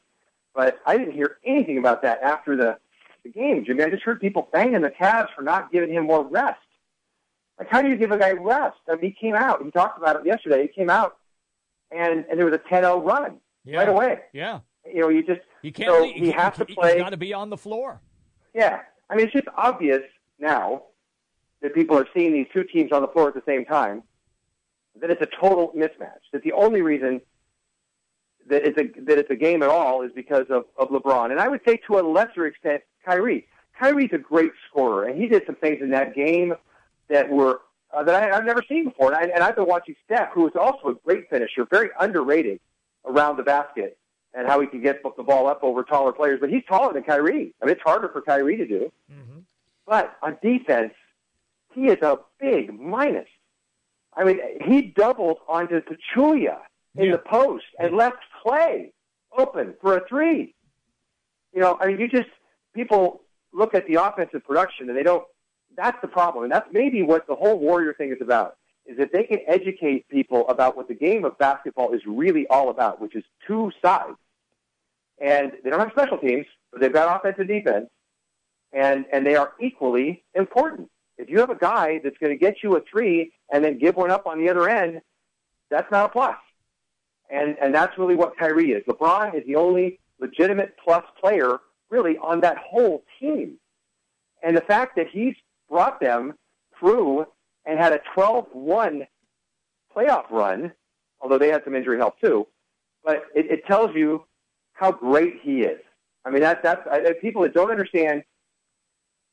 Speaker 12: but I didn't hear anything about that after the, the game, Jimmy. I just heard people banging the Cavs for not giving him more rest. Like, how do you give a guy rest? I mean, he came out. He talked about it yesterday. He came out, and, and there was a 10-0 run
Speaker 2: Yeah.
Speaker 12: right away.
Speaker 2: Yeah.
Speaker 12: You know, you just
Speaker 2: You can't.
Speaker 12: so
Speaker 2: leave.
Speaker 12: he has to
Speaker 2: He's
Speaker 12: play.
Speaker 2: got to be on the floor.
Speaker 12: Yeah, I mean, it's just obvious now that people are seeing these two teams on the floor at the same time. That it's a total mismatch. That the only reason that it's a that it's a game at all is because of of LeBron, and I would say to a lesser extent Kyrie. Kyrie's a great scorer, and he did some things in that game that were uh, that I, I've never seen before. And, I, and I've been watching Steph, who is also a great finisher, very underrated around the basket, and how he can get the ball up over taller players. But he's taller than Kyrie. I mean, it's harder for Kyrie to do. But on defense, he is a big minus. I mean, he doubled onto Pachulia in the post and left Clay open for a three. You know, I mean, you just people look at the offensive production and they don't. That's the problem, and that's maybe what the whole Warrior thing is about. Is if they can educate people about what the game of basketball is really all about, which is two sides, and they don't have special teams, but they've got offense and defense, and and they are equally important. If you have a guy that's going to get you a three and then give one up on the other end, that's not a plus. And and that's really what Kyrie is. LeBron is the only legitimate plus player really on that whole team. And the fact that he's brought them through and had a 12-1 playoff run, although they had some injury help too, but it, it tells you how great he is. I mean, that, that's I, I- people that don't understand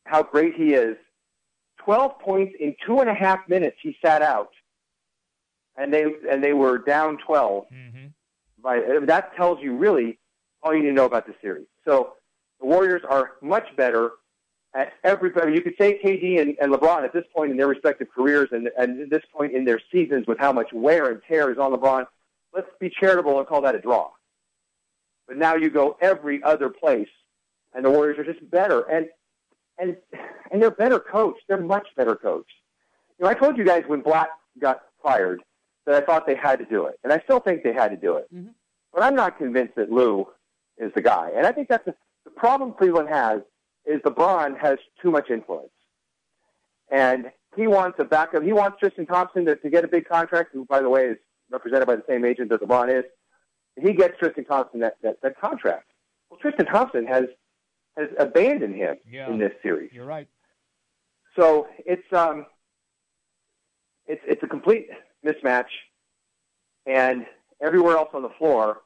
Speaker 12: how great he is. 12 points in two and a half minutes he sat out and they and they were down 12. By that tells you really all you need to know about the series. So the Warriors are much better at everybody. You could say KD and, and LeBron at this point in their respective careers and and at this point in their seasons with how much wear and tear is on LeBron. Let's be charitable and call that a draw. But now you go every other place, and the Warriors are just better and. And and they're better coached. They're much better coached. You know, I told you guys when Black got fired that I thought they had to do it, and I still think they had to do it. But I'm not convinced that Lou is the guy, and I think that's the, the problem Cleveland has is LeBron has too much influence, and he wants a backup. He wants Tristan Thompson to, to get a big contract, who by the way is represented by the same agent that LeBron is. He gets Tristan Thompson that, that, that contract. Well, Tristan Thompson has has abandoned him
Speaker 2: Yeah.
Speaker 12: in this series.
Speaker 2: You're right.
Speaker 12: So it's um, it's it's a complete mismatch, and everywhere else on the floor,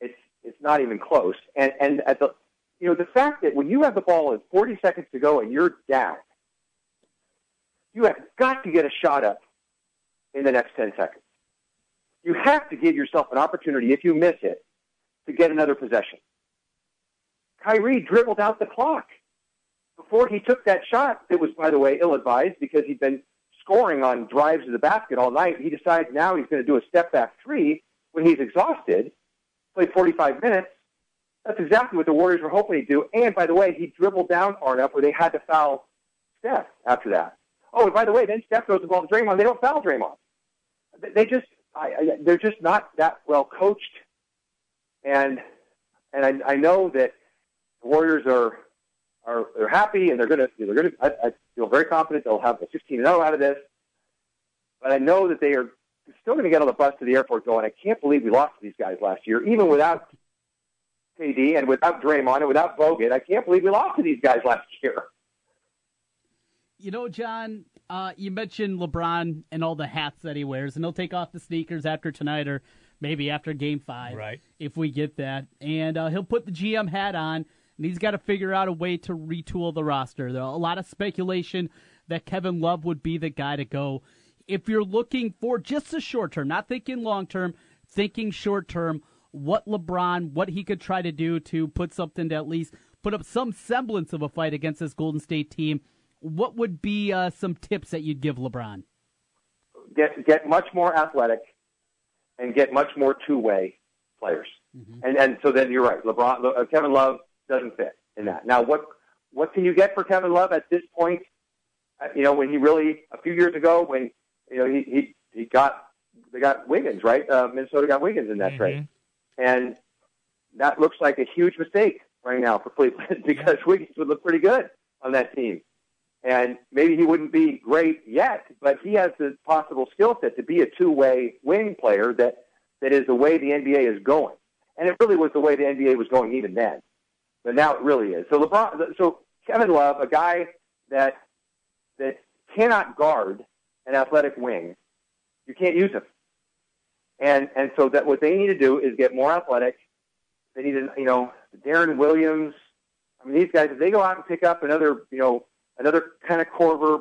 Speaker 12: it's it's not even close. And and at the you know the fact that when you have the ball in 40 seconds to go and you're down, you have got to get a shot up in the next 10 seconds. You have to give yourself an opportunity if you miss it to get another possession. Kyrie dribbled out the clock before he took that shot, that was, by the way, ill advised because he'd been scoring on drives to the basket all night. He decides now he's going to do a step back three when he's exhausted, played 45 minutes. That's exactly what the Warriors were hoping he'd do. And by the way, he dribbled down far enough where they had to foul Steph after that. Oh, and by the way, then Steph goes involved Draymond. They don't foul Draymond. They- They just I, I, they're just not that well coached, and and I, I know that the Warriors are are they're happy and they're gonna they're gonna I, I feel very confident they'll have a 15 and 0 out of this, but I know that they are still gonna get on the bus to the airport going. I can't believe we lost to these guys last year, even without KD and without Draymond and without Bogut. I can't believe we lost to these guys last year.
Speaker 3: You know, John, uh, you mentioned LeBron and all the hats that he wears, and he'll take off the sneakers after tonight or maybe after game five. Right. If we get that. And uh, he'll put the GM hat on, and he's got to figure out a way to retool the roster. There are a lot of speculation that Kevin Love would be the guy to go. If you're looking for just the short term, not thinking long term, thinking short term, what LeBron, what he could try to do to put something to at least put up some semblance of a fight against this Golden State team what would be uh, some tips that you'd give LeBron?
Speaker 12: Get get much more athletic, and get much more two way players. And and so then you're right. LeBron, Le- uh, Kevin Love doesn't fit in that. Now what what can you get for Kevin Love at this point? Uh, You know when he really a few years ago when you know he he, he got they got Wiggins right. Uh, Minnesota got Wiggins in that trade, and that looks like a huge mistake right now for Cleveland [LAUGHS] because Wiggins would look pretty good on that team. And maybe he wouldn't be great yet, but he has the possible skill set to be a two-way wing player that that is the way the NBA is going. And it really was the way the NBA was going even then. But now it really is. So LeBron, so Kevin Love, a guy that that cannot guard an athletic wing, you can't use him. And and so that what they need to do is get more athletic. They need to, you know, Darren Williams. I mean, these guys, if they go out and pick up another, you know, another kind of corver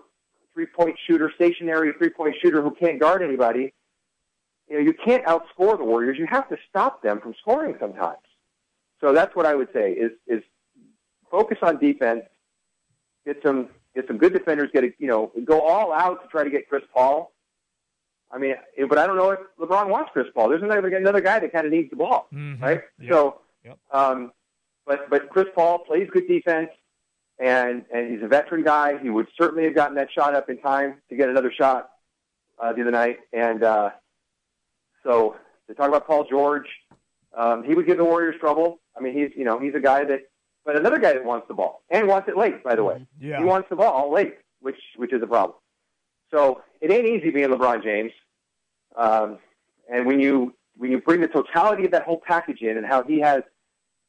Speaker 12: three point shooter, stationary three point shooter who can't guard anybody, you know, you can't outscore the Warriors. You have to stop them from scoring sometimes. So that's what I would say is is focus on defense, get some get some good defenders, get a you know, go all out to try to get Chris Paul. I mean, eh, but I don't know if LeBron wants Chris Paul. There's another another guy that kind of needs the ball,
Speaker 1: [LAUGHS]
Speaker 12: right? So, um, but but Chris Paul plays good defense, and and he's a veteran guy. He would certainly have gotten that shot up in time to get another shot uh, the other night. And uh, so to talk about Paul George, um, he would give the Warriors trouble. I mean, he's you know he's a guy that, but another guy that wants the ball and wants it late. By the way,
Speaker 2: Yeah.
Speaker 12: he wants the ball late, which which is a problem. So it ain't easy being LeBron James. Um, and when you when you bring the totality of that whole package in and how he has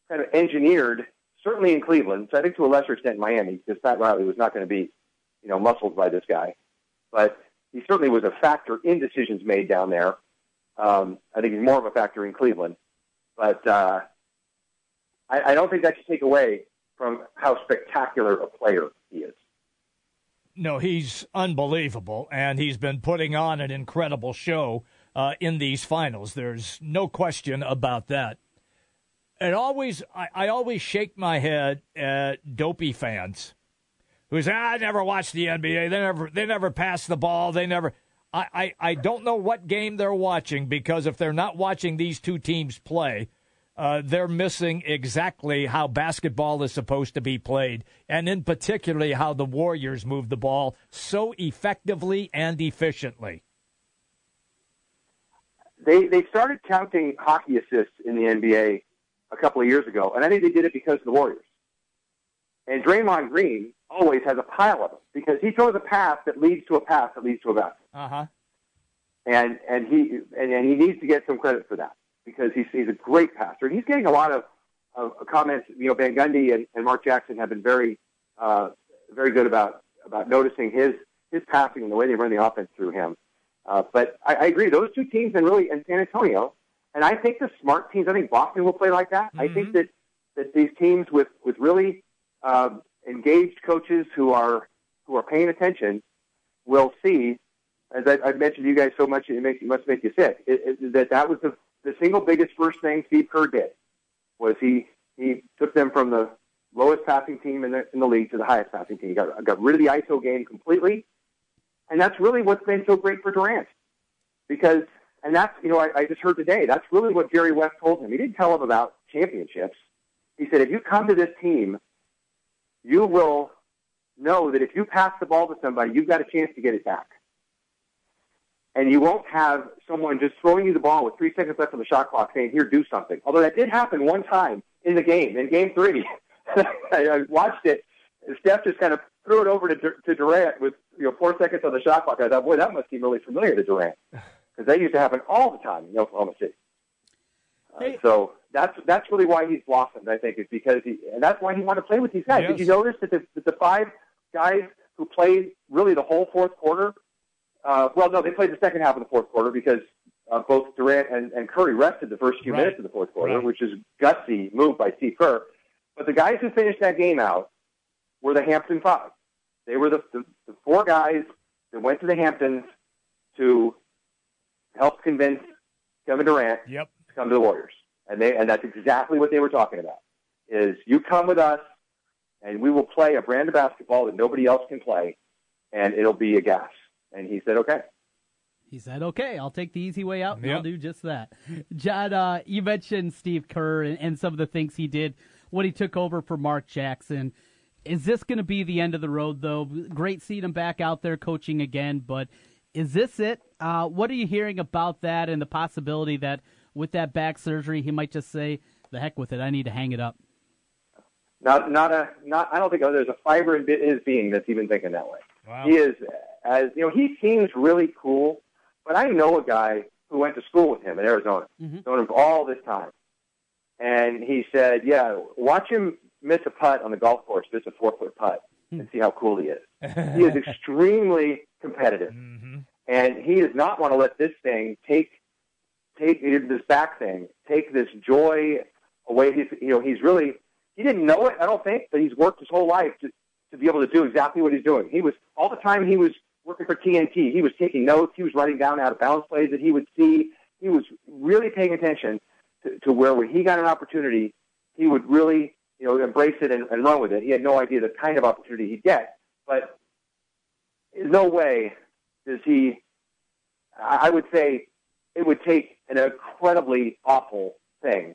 Speaker 12: kind of engineered, certainly in Cleveland, so I think to a lesser extent in Miami, because Pat Riley was not going to be, you know, muscled by this guy, but he certainly was a factor in decisions made down there. Um, I think he's more of a factor in Cleveland, but uh, I, I don't think that should take away from how spectacular a player he is.
Speaker 2: No, he's unbelievable, and he's been putting on an incredible show uh, in these finals. There's no question about that. It always, I, I always shake my head at dopey fans who say, "I never watched the NBA. They never, they never pass the ball. They never." I, I, I don't know what game they're watching because if they're not watching these two teams play, uh, they're missing exactly how basketball is supposed to be played, and in particularly how the Warriors move the ball so effectively and efficiently.
Speaker 12: they they started counting hockey assists in the NBA a couple of years ago, and I think they did it because of the Warriors. And Draymond Green always has a pile of them because he throws a pass that leads to a pass that leads to a basket,
Speaker 2: Uh huh.
Speaker 12: and and he and, and he needs to get some credit for that because he's he's a great passer. And he's getting a lot of, of comments. You know, Van Gundy and, and Mark Jackson have been very uh, very good about about noticing his his passing and the way they run the offense through him. Uh, but I, I agree, those two teams and really and San Antonio, and I think the smart teams. I think Boston will play like that. I think that that these teams with with really um, engaged coaches who are who are paying attention will see. As I, I've mentioned to you guys so much, it makes it must make you sick. It, it, that that was the the single biggest first thing Steve Kerr did was he he took them from the lowest passing team in the in the league to the highest passing team. He got got rid of the ISO game completely, and that's really what's been so great for Durant because and that's you know I, I just heard today that's really what Jerry West told him. He didn't tell him about championships. He said if you come to this team, you will know that if you pass the ball to somebody, you've got a chance to get it back. And you won't have someone just throwing you the ball with three seconds left on the shot clock saying, here, do something. Although that did happen one time in the game, in game three. [LAUGHS] I, I watched it. Steph just kind of threw it over to, Dur- to Durant with you know four seconds on the shot clock. I thought, boy, that must seem really familiar to Durant because that used to happen all the time in Oklahoma City. Uh, so that's that's really why he's blossomed, I think, is because he and that's why he wanted to play with these guys. Did you notice that the, that the five guys who played really the whole fourth quarter? Uh, well, no, they played the second half of the fourth quarter because uh, both Durant and, and Curry rested the first few
Speaker 13: Right.
Speaker 12: minutes of the fourth quarter,
Speaker 13: Right.
Speaker 12: which is gutsy move by Steve Kerr. But the guys who finished that game out were the Hampton Five. They were the, the, the four guys that went to the Hamptons to help convince Kevin Durant
Speaker 2: Yep.
Speaker 12: to come to the Warriors. And they and that's exactly what they were talking about. Is you come with us and we will play a brand of basketball that nobody else can play and it'll be a gas. And he said, Okay.
Speaker 3: He said, "Okay, I'll take the easy way out, and I'll do just that." John, uh, you mentioned Steve Kerr and, and some of the things he did when he took over for Mark Jackson. Is this going to be the end of the road, though? Great seeing him back out there coaching again, but is this it? Uh, what are you hearing about that and the possibility that with that back surgery, he might just say, "The heck with it, I need to hang it up."
Speaker 12: Not not a not I don't think there's a fiber in bi- his being that's even thinking that way. He is as you know, he seems really cool, but I know a guy who went to school with him in Arizona.
Speaker 7: Mm-hmm.
Speaker 12: known him for all this time. And he said, Yeah, watch him miss a putt on the golf course, miss a four foot putt, and see how cool he is.
Speaker 7: Mm-hmm.
Speaker 12: he is extremely competitive. And he does not want to let this thing take take this back thing, take this joy away. He's you know, he's really he didn't know it, I don't think, but he's worked his whole life to to be able to do exactly what he's doing. He was all the time he was working for TNT, he was taking notes, he was writing down out of balance plays that he would see. He was really paying attention to, to where when he got an opportunity, he would really you know embrace it and, and run with it. He had no idea the kind of opportunity he'd get, but in no way does he. I I would say it would take an incredibly awful thing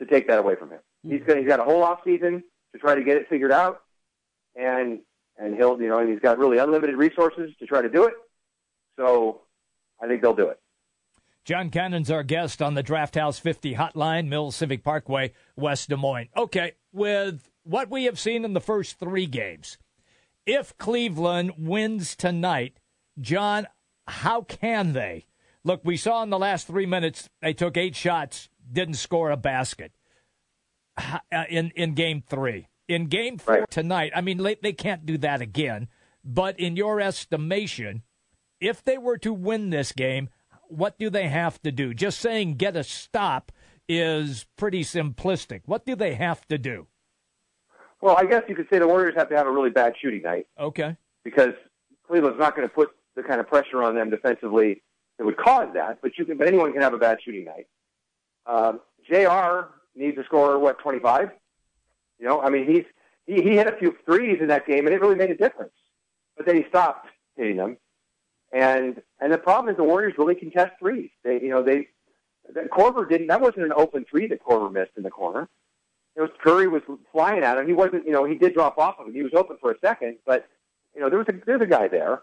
Speaker 12: to take that away from him. He's gonna, he's got a whole off season to try to get it figured out, and and he'll you know and he's got really unlimited resources to try to do it. So I think they'll do it.
Speaker 2: John Cannon's our guest on the Draft House 50 Hotline, Mills Civic Parkway, West Des Moines. Okay, with what we have seen in the first three games, if Cleveland wins tonight, John, how can they? Look, we saw in the last three minutes they took eight shots, didn't score a basket uh, in in game three. In game four tonight, I mean, they, they can't do that again. But in your estimation, if they were to win this game, what do they have to do? Just saying get a stop is pretty simplistic. What do they have to do?
Speaker 12: Well, I guess you could say the Warriors have to have a really bad shooting night.
Speaker 2: Okay.
Speaker 12: because Cleveland's not going to put the kind of pressure on them defensively that would cause that. But you can, but anyone can have a bad shooting night. Um, Jr. needs to score what twenty five. You know, I mean, he's he, he hit a few threes in that game, and it really made a difference. But then he stopped hitting them, and and the problem is the Warriors really can test threes. They you know they that Corver didn't. That wasn't an open three that Corver missed in the corner. It was Curry was flying at him. He wasn't, you know, he did drop off of him. He was open for a second, but you know, there was a there's a guy there.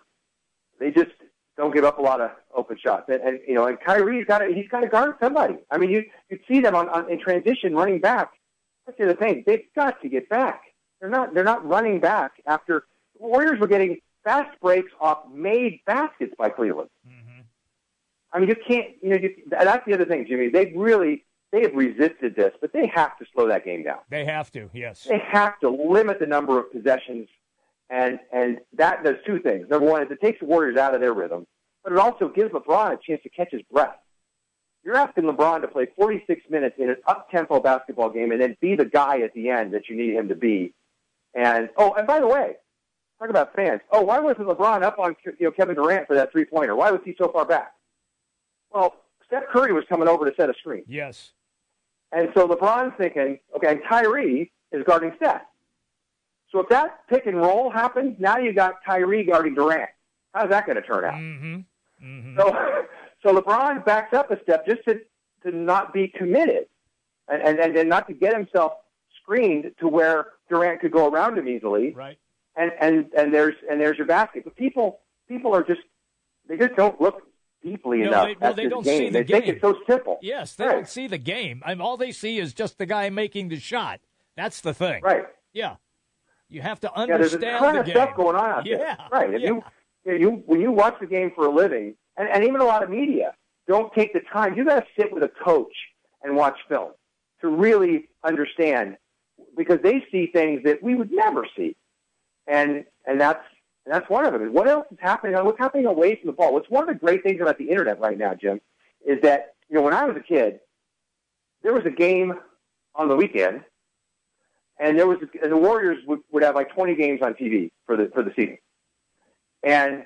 Speaker 12: They just don't give up a lot of open shots, and, and you know, and Kyrie's got to he's got to guard somebody. I mean, you you see them on, on in transition running back. That's the other thing. They've got to get back. They're not they're not running back after Warriors were getting fast breaks off made baskets by Cleveland. I mean, you can't you know you, that's the other thing, Jimmy. They've really they have resisted this, but they have to slow that game down.
Speaker 2: They have to, yes.
Speaker 12: They have to limit the number of possessions, and and that does two things. Number one is it takes the Warriors out of their rhythm, but it also gives LeBron a chance to catch his breath. You're asking LeBron to play 46 minutes in an up-tempo basketball game and then be the guy at the end that you need him to be. And oh, and by the way, talk about fans. Oh, why wasn't LeBron up on you know Kevin Durant for that three-pointer? Why was he so far back? Well, Steph Curry was coming over to set a screen.
Speaker 2: Yes.
Speaker 12: And so LeBron's thinking, okay, and Kyrie is guarding Steph. So if that pick and roll happens, now you got Kyrie guarding Durant. How's that going to turn out?
Speaker 2: Mm-hmm.
Speaker 12: So, so LeBron backs up a step just to, to not be committed and, and, and not to get himself screened to where Durant could go around him easily.
Speaker 2: Right.
Speaker 12: and and and there's and there's your basket. But people people are just they just don't look deeply
Speaker 2: No,
Speaker 12: enough
Speaker 2: they-
Speaker 12: at
Speaker 2: well, they
Speaker 12: this
Speaker 2: don't
Speaker 12: game.
Speaker 2: see the
Speaker 12: they
Speaker 2: game.
Speaker 12: think it's so simple.
Speaker 2: Yes, they don't see the game. I mean, all they see is just the guy making the shot. That's the thing.
Speaker 12: Right.
Speaker 2: Yeah. You have to
Speaker 12: yeah, there's a
Speaker 2: understand
Speaker 12: ton
Speaker 2: the
Speaker 12: of
Speaker 2: game.
Speaker 12: stuff going on out
Speaker 2: yeah.
Speaker 12: there. Right. If
Speaker 2: [LAUGHS] yeah.
Speaker 12: you you, know, you when you watch the game for a living, and, and even a lot of media don't take the time. You got to sit with a coach and watch film to really understand because they see things that we would never see, and and that's and that's one of them. What else is happening? What's happening away from the ball? What's one of the great things about the internet right now, Jim, is that you know when I was a kid, there was a game on the weekend, and there was and the Warriors would, would have like 20 games on TV for the for the season, and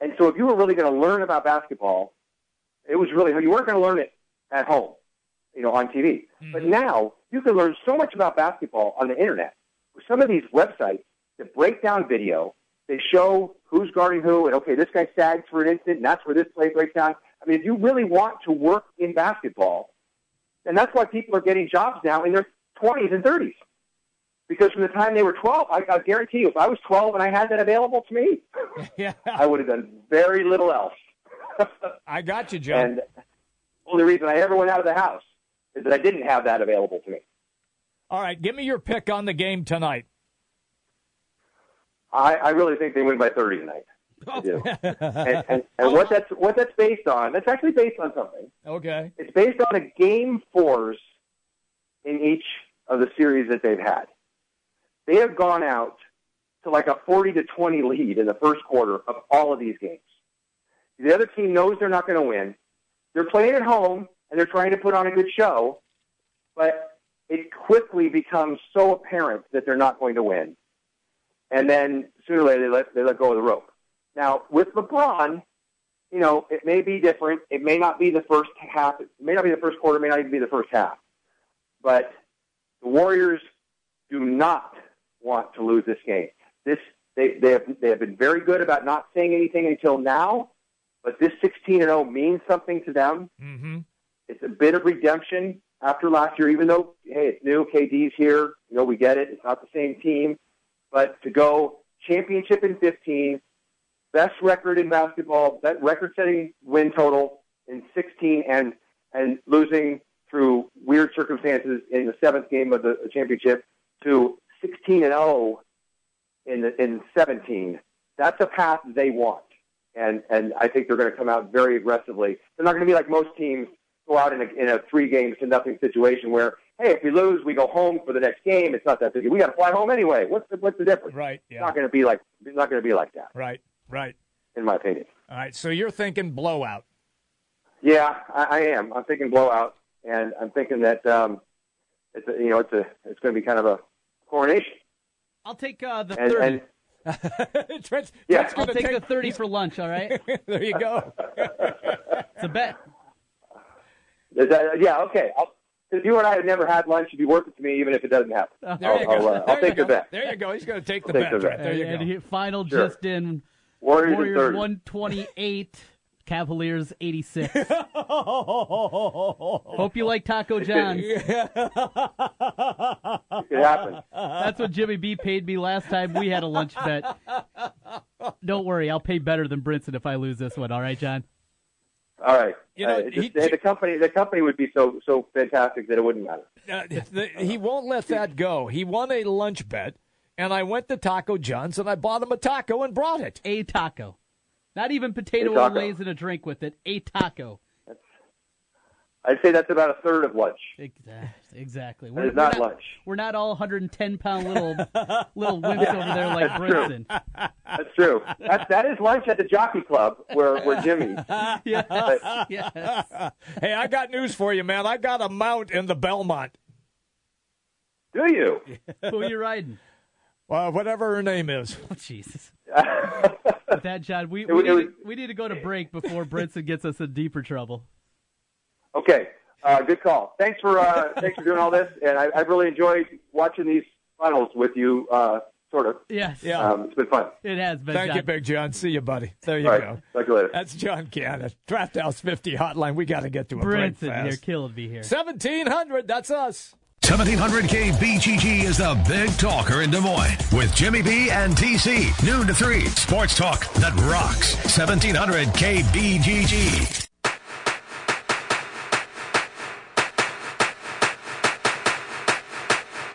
Speaker 12: and so if you were really going to learn about basketball, it was really you weren't going to learn it at home, you know, on TV. But now you can learn so much about basketball on the internet with some of these websites that break down video. They show who's guarding who, and okay, this guy sags for an instant, and that's where this play breaks down. I mean, if you really want to work in basketball, and that's why people are getting jobs now in their 20s and 30s. Because from the time they were 12, I, I guarantee you, if I was 12 and I had that available to me, I would have done very little else.
Speaker 2: [LAUGHS] I got you, Joe.
Speaker 12: And the only reason I ever went out of the house is that I didn't have that available to me.
Speaker 2: All right, give me your pick on the game tonight.
Speaker 12: I, I really think they win by 30 tonight.
Speaker 2: Oh.
Speaker 12: I
Speaker 2: [LAUGHS]
Speaker 12: do. and and, and what, that's, what that's based on, that's actually based on something.
Speaker 2: Okay.
Speaker 12: It's based on the game fours in each of the series that they've had. They have gone out to like a 40 to 20 lead in the first quarter of all of these games. The other team knows they're not going to win. They're playing at home and they're trying to put on a good show, but it quickly becomes so apparent that they're not going to win. And then sooner or later they let, they let go of the rope. Now with LeBron, you know, it may be different. It may not be the first half. It may not be the first quarter. It may not even be the first half. But the Warriors do not want to lose this game. This they they have they have been very good about not saying anything until now. But this 16 and 0 means something to them.
Speaker 2: Mm-hmm.
Speaker 12: It's a bit of redemption after last year. Even though hey, it's new. KD's here. You know, we get it. It's not the same team. But to go championship in 15, best record in basketball, that record-setting win total in 16, and and losing through weird circumstances in the seventh game of the championship to 16 and 0 in the, in 17. That's a path they want, and and I think they're going to come out very aggressively. They're not going to be like most teams go out in a, in a three games to nothing situation where. Hey, if we lose, we go home for the next game. It's not that big. We got to fly home anyway. What's the, what's the difference?
Speaker 2: Right.
Speaker 12: It's not going to be like it's not going to be like that
Speaker 2: Right. Right.
Speaker 12: in my opinion.
Speaker 2: All right. So you're thinking blowout.
Speaker 12: Yeah, I, I am. I'm thinking blowout, and I'm thinking that um, it's a, you know it's a it's going to be kind of a coronation.
Speaker 3: I'll take uh, the
Speaker 12: And-
Speaker 3: 30.
Speaker 12: and-
Speaker 3: [LAUGHS]
Speaker 2: Trent's,
Speaker 12: Yeah. Trent's
Speaker 3: I'll
Speaker 12: gonna
Speaker 3: take,
Speaker 12: take-
Speaker 3: the 30 for lunch, all right?
Speaker 2: [LAUGHS] there you go.
Speaker 3: it's a bet.
Speaker 12: Is that, uh, yeah, okay. I'll, if you and I have never had lunch, it'd be worth it to me, even if it doesn't happen.
Speaker 2: Oh, There you
Speaker 12: I'll,
Speaker 2: go.
Speaker 12: I'll, uh, I'll
Speaker 2: There
Speaker 12: take
Speaker 2: you
Speaker 12: the
Speaker 2: go.
Speaker 12: bet.
Speaker 2: There you go. He's going to take the
Speaker 12: I'll take
Speaker 2: bet.
Speaker 12: the bet.
Speaker 2: Trent. There you
Speaker 3: and
Speaker 2: go.
Speaker 3: here- final
Speaker 12: Sure.
Speaker 3: just in
Speaker 12: Warriors in 30.
Speaker 3: 128,
Speaker 12: [LAUGHS]
Speaker 3: Cavaliers 86.
Speaker 2: Hope
Speaker 3: Hope you like Taco
Speaker 12: [LAUGHS]
Speaker 2: [LAUGHS]
Speaker 3: John's.
Speaker 12: It happens.
Speaker 3: That's what Jimmy B paid me last time we had a lunch
Speaker 12: [LAUGHS]
Speaker 3: bet. Don't worry, I'll pay better than Brinson if I lose this one. All right, John.
Speaker 12: All right.
Speaker 2: You know,
Speaker 12: Uh, it just,
Speaker 2: he-
Speaker 12: hey, the company the company would be so so fantastic that it wouldn't matter.
Speaker 2: Uh, the, he won't let that go. He won a lunch bet, and I went to Taco John's and I bought him a taco and brought it.
Speaker 3: A taco, not even potato
Speaker 12: A taco.
Speaker 3: olays and a drink with it. A taco.
Speaker 12: I'd say that's about a third of lunch.
Speaker 3: Exactly. Exactly.
Speaker 12: That is not
Speaker 3: we're
Speaker 12: lunch.
Speaker 3: We're not all 110 pound
Speaker 12: [LAUGHS]
Speaker 3: little little wimps over there like
Speaker 12: That's true.
Speaker 3: Brinson.
Speaker 12: That's true. That that is lunch at the Jockey Club where where
Speaker 3: [LAUGHS]
Speaker 12: Jimmy. But-
Speaker 2: Hey, I got news for you, man. I got a mount in the Belmont.
Speaker 12: do
Speaker 2: [LAUGHS]
Speaker 12: you?
Speaker 3: Who are you riding?
Speaker 2: Uh, whatever her name is.
Speaker 12: [LAUGHS]
Speaker 3: Oh, Jesus. With that, John, we, we,
Speaker 12: was-
Speaker 3: need,
Speaker 12: it
Speaker 3: to- we need to go to break before Brinson gets us in deeper trouble.
Speaker 12: Okay, uh, good call. Thanks for uh, thanks for doing all this, and I, I've really enjoyed watching these finals with you. Uh, sort of.
Speaker 3: Yes.
Speaker 2: Yeah.
Speaker 12: Um, it's been fun.
Speaker 3: It has been.
Speaker 2: Thank
Speaker 3: John.
Speaker 2: you, Big John. See you, buddy. There you
Speaker 12: All right.
Speaker 2: go.
Speaker 12: Talk to you later.
Speaker 2: That's John Cannon. Draft House 50 Hotline. We got to get to a break
Speaker 3: Brinson,
Speaker 2: fast.
Speaker 3: you're killing me here.
Speaker 2: 1700, that's us.
Speaker 1: 1700K BGG is the big talker in Des Moines with Jimmy B and TC. Noon to 3. Sports talk that rocks. 1700K BGG.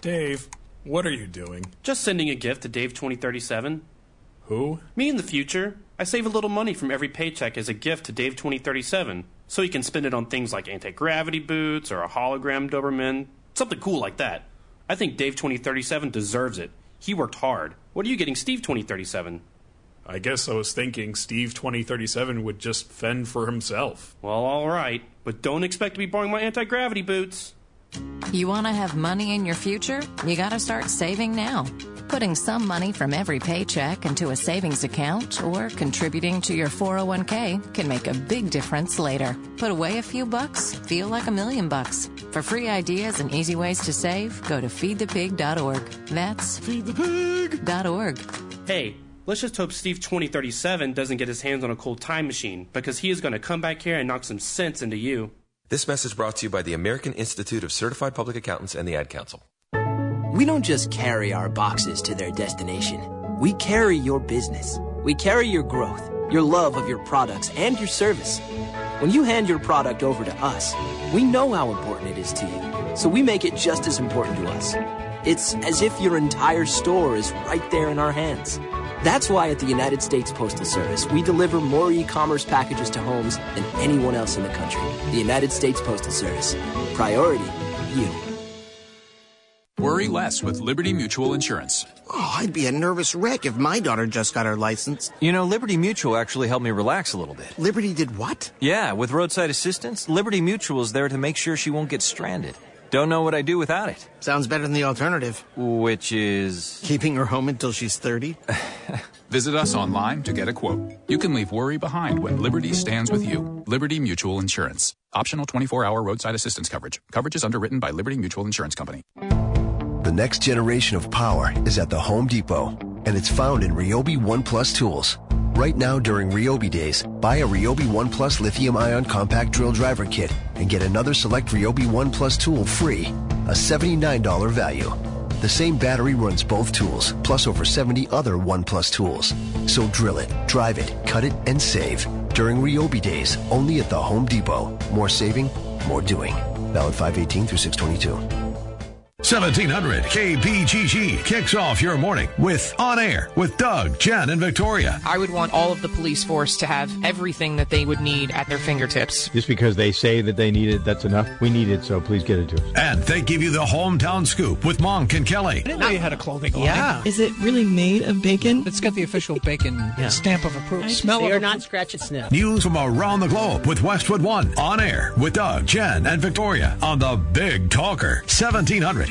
Speaker 13: Dave, what are you doing?
Speaker 14: Just sending a gift to Dave 2037.
Speaker 13: Who?
Speaker 14: Me in the future. I save a little money from every paycheck as a gift to Dave 2037, so he can spend it on things like anti gravity boots or a hologram Doberman, something cool like that. I think Dave 2037 deserves it. He worked hard. What are you getting Steve 2037?
Speaker 13: I guess I was thinking Steve 2037 would just fend for himself.
Speaker 14: Well, alright, but don't expect to be borrowing my anti gravity boots.
Speaker 15: You want to have money in your future? You got to start saving now. Putting some money from every paycheck into a savings account or contributing to your 401k can make a big difference later. Put away a few bucks, feel like a million bucks. For free ideas and easy ways to save, go to feedthepig.org. That's feedthepig.org.
Speaker 14: Hey, let's just hope Steve 2037 doesn't get his hands on a cool time machine because he is going to come back here and knock some sense into you.
Speaker 16: This message brought to you by the American Institute of Certified Public Accountants and the Ad Council.
Speaker 17: We don't just carry our boxes to their destination. We carry your business. We carry your growth, your love of your products, and your service. When you hand your product over to us, we know how important it is to you, so we make it just as important to us. It's as if your entire store is right there in our hands. That's why at the United States Postal Service, we deliver more e commerce packages to homes than anyone else in the country. The United States Postal Service. Priority, you.
Speaker 10: Worry less with Liberty Mutual Insurance.
Speaker 18: Oh, I'd be a nervous wreck if my daughter just got her license.
Speaker 19: You know, Liberty Mutual actually helped me relax a little bit.
Speaker 18: Liberty did what?
Speaker 19: Yeah, with roadside assistance, Liberty Mutual is there to make sure she won't get stranded. Don't know what I do without it.
Speaker 18: Sounds better than the alternative.
Speaker 19: Which is.
Speaker 18: Keeping her home until she's 30?
Speaker 10: [LAUGHS] Visit us online to get a quote. You can leave worry behind when Liberty stands with you. Liberty Mutual Insurance. Optional 24 hour roadside assistance coverage. Coverage is underwritten by Liberty Mutual Insurance Company.
Speaker 20: The next generation of power is at the Home Depot, and it's found in Ryobi One Plus tools. Right now during Ryobi Days, buy a Ryobi One Plus lithium ion compact drill driver kit and get another select Ryobi One Plus tool free, a $79 value. The same battery runs both tools, plus over 70 other One Plus tools. So drill it, drive it, cut it, and save during Ryobi Days only at the Home Depot. More saving, more doing. Valid 518 through 622.
Speaker 1: 1700 KBGG kicks off your morning with On Air with Doug, Jen, and Victoria.
Speaker 21: I would want all of the police force to have everything that they would need at their fingertips.
Speaker 22: Just because they say that they need it, that's enough. We need it, so please get it to us.
Speaker 1: And they give you the hometown scoop with Monk and Kelly. I
Speaker 23: didn't know you had a clothing line.
Speaker 24: Yeah. Is it really made of bacon?
Speaker 23: It's got the official bacon stamp of approval. Smell
Speaker 24: they
Speaker 23: of
Speaker 24: are not scratch and sniff.
Speaker 1: News from around the globe with Westwood One. On Air with Doug, Jen, and Victoria on the Big Talker. 1700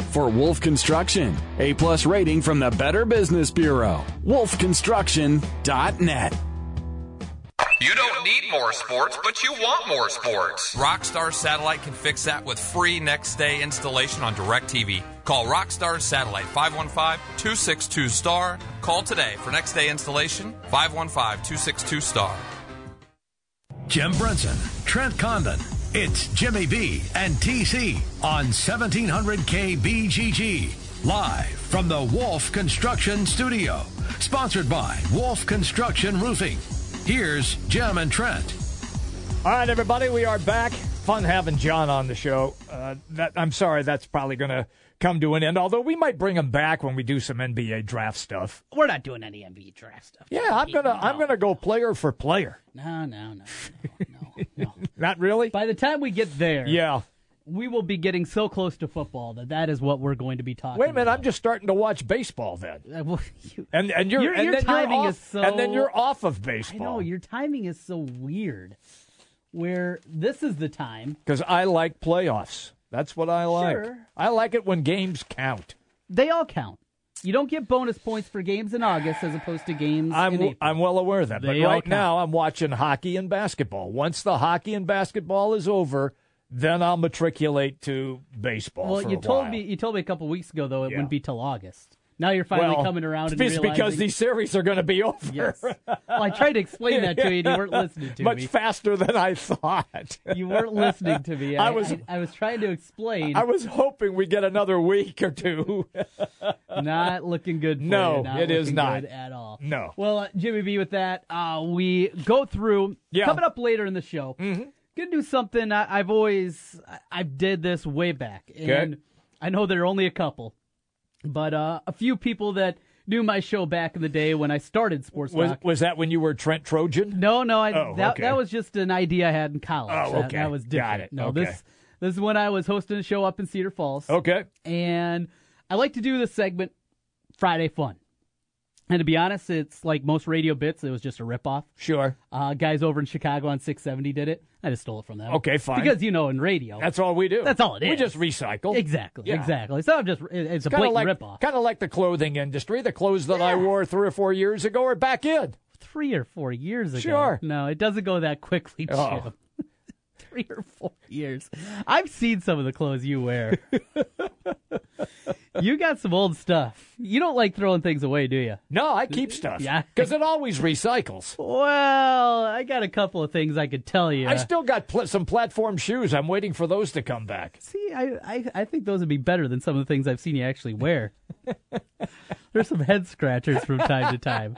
Speaker 25: for Wolf Construction. A plus rating from the Better Business Bureau. Wolfconstruction.net.
Speaker 26: You don't need more sports, but you want more sports. Rockstar Satellite can fix that with free next day installation on DirecTV. Call Rockstar Satellite 515 262 STAR. Call today for next day installation 515 262 STAR.
Speaker 1: Jim Brenson, Trent Condon. It's Jimmy B and TC on 1700K BGG. Live from the Wolf Construction Studio. Sponsored by Wolf Construction Roofing. Here's Jim and Trent.
Speaker 2: All right, everybody, we are back. fun having John on the show. Uh, that, I'm sorry, that's probably going to come to an end. Although we might bring him back when we do some NBA draft stuff.
Speaker 3: We're not doing any NBA draft stuff.
Speaker 2: Yeah, I'm gonna I'm gonna go player for player.
Speaker 3: No, no, no.
Speaker 2: [LAUGHS] Not really.
Speaker 3: By the time we get there,
Speaker 2: Yeah.
Speaker 3: we will be getting so close to football that that is what we're going to be talking.
Speaker 2: Wait a minute, I'm just starting to watch baseball then.
Speaker 3: Uh, well, [LAUGHS] you-
Speaker 2: And and you're
Speaker 3: Your-
Speaker 2: and
Speaker 3: your
Speaker 2: then
Speaker 3: timing
Speaker 2: you're off,
Speaker 3: is so-
Speaker 2: and then you're off of
Speaker 3: I
Speaker 2: baseball.
Speaker 3: know your timing is so weird. Where this is the time
Speaker 2: Because I like playoffs. That's what I like.
Speaker 3: Sure.
Speaker 2: I like it when games count.
Speaker 3: they all count. You don't get bonus points for games in August as opposed to games
Speaker 2: I'm
Speaker 3: in April.
Speaker 2: I'm well aware of that. But
Speaker 3: They all
Speaker 2: right
Speaker 3: count.
Speaker 2: now, I'm watching hockey and basketball. Once the hockey and basketball is over, then I'll matriculate to baseball.
Speaker 3: Well,
Speaker 2: for
Speaker 3: you
Speaker 2: a
Speaker 3: told
Speaker 2: while.
Speaker 3: me you told me a couple weeks ago though it
Speaker 2: Yeah.
Speaker 3: wouldn't be till August. Now you're finally
Speaker 2: Well,
Speaker 3: coming around. and
Speaker 2: It's because
Speaker 3: realizing-
Speaker 2: these series are going to be over. [LAUGHS]
Speaker 3: Yes. Well, I tried to explain that to you, and you weren't listening to
Speaker 2: Much
Speaker 3: me.
Speaker 2: faster than I thought.
Speaker 3: [LAUGHS] You weren't listening to me. I,
Speaker 2: [LAUGHS] I was-
Speaker 3: I, I was trying to explain.
Speaker 2: I was hoping we get another week or two.
Speaker 3: [LAUGHS]
Speaker 2: [LAUGHS]
Speaker 3: not looking good. For
Speaker 2: No,
Speaker 3: you, not
Speaker 2: it is
Speaker 3: looking
Speaker 2: not.
Speaker 3: good at all.
Speaker 2: No.
Speaker 3: Well, uh, Jimmy B, with that, uh, we go through.
Speaker 2: Yeah. Mm-hmm.
Speaker 3: Coming up later in the show, gonna do something I, I've always I, I did this way back, and
Speaker 2: Okay.
Speaker 3: I know there are only a couple, but uh, a few people that knew my show back in the day when I started Sports
Speaker 2: Was,
Speaker 3: Talk.
Speaker 2: was that when you were Trent Trojan?
Speaker 3: No, no, I,
Speaker 2: Oh,
Speaker 3: that
Speaker 2: okay.
Speaker 3: that was just an idea I had in college.
Speaker 2: Oh,
Speaker 3: That-
Speaker 2: okay.
Speaker 3: That, was
Speaker 2: Got
Speaker 3: different.
Speaker 2: it.
Speaker 3: No,
Speaker 2: Okay.
Speaker 3: this this is when I was hosting a show up in Cedar Falls.
Speaker 2: Okay.
Speaker 3: And I like to do this segment Friday Fun. And to be honest, it's like most radio bits, it was just a ripoff.
Speaker 2: Sure.
Speaker 3: Uh, guys over in Chicago on 670 did it. I just stole it from them.
Speaker 2: Okay, fine.
Speaker 3: Because you know, in radio,
Speaker 2: That's all we do.
Speaker 3: That's all it
Speaker 2: We
Speaker 3: is.
Speaker 2: just recycle.
Speaker 3: exactly,
Speaker 2: Yeah.
Speaker 3: exactly. So I'm just it- it's a
Speaker 2: Kind of
Speaker 3: blatant
Speaker 2: like,
Speaker 3: ripoff.
Speaker 2: kind of like the clothing industry. The clothes that I wore three or four years ago are back in.
Speaker 3: Three or four years ago.
Speaker 2: Sure.
Speaker 3: No, it doesn't go that quickly, Jim. [LAUGHS]
Speaker 2: Oh.
Speaker 3: Three or four years. I've seen some of the clothes you
Speaker 2: [LAUGHS]
Speaker 3: wear. you got some old stuff. You don't like throwing things away, do you?
Speaker 2: No, I keep stuff. [LAUGHS]
Speaker 3: Yeah.
Speaker 2: Because it always recycles.
Speaker 3: Well, I got a couple of things I could tell you.
Speaker 2: I still got pl- some platform shoes. I'm waiting for those to come back.
Speaker 3: See, I, I, I think those would be better than some of the things I've seen you actually
Speaker 2: [LAUGHS]
Speaker 3: wear. There's some head scratchers from time to time.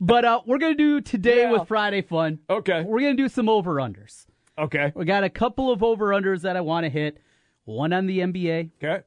Speaker 3: But uh, we're going to do today with Friday Fun.
Speaker 2: Okay.
Speaker 3: We're going to do some over unders.
Speaker 2: Okay.
Speaker 3: We got a couple of over unders that I want to hit one on the NBA,
Speaker 2: Okay.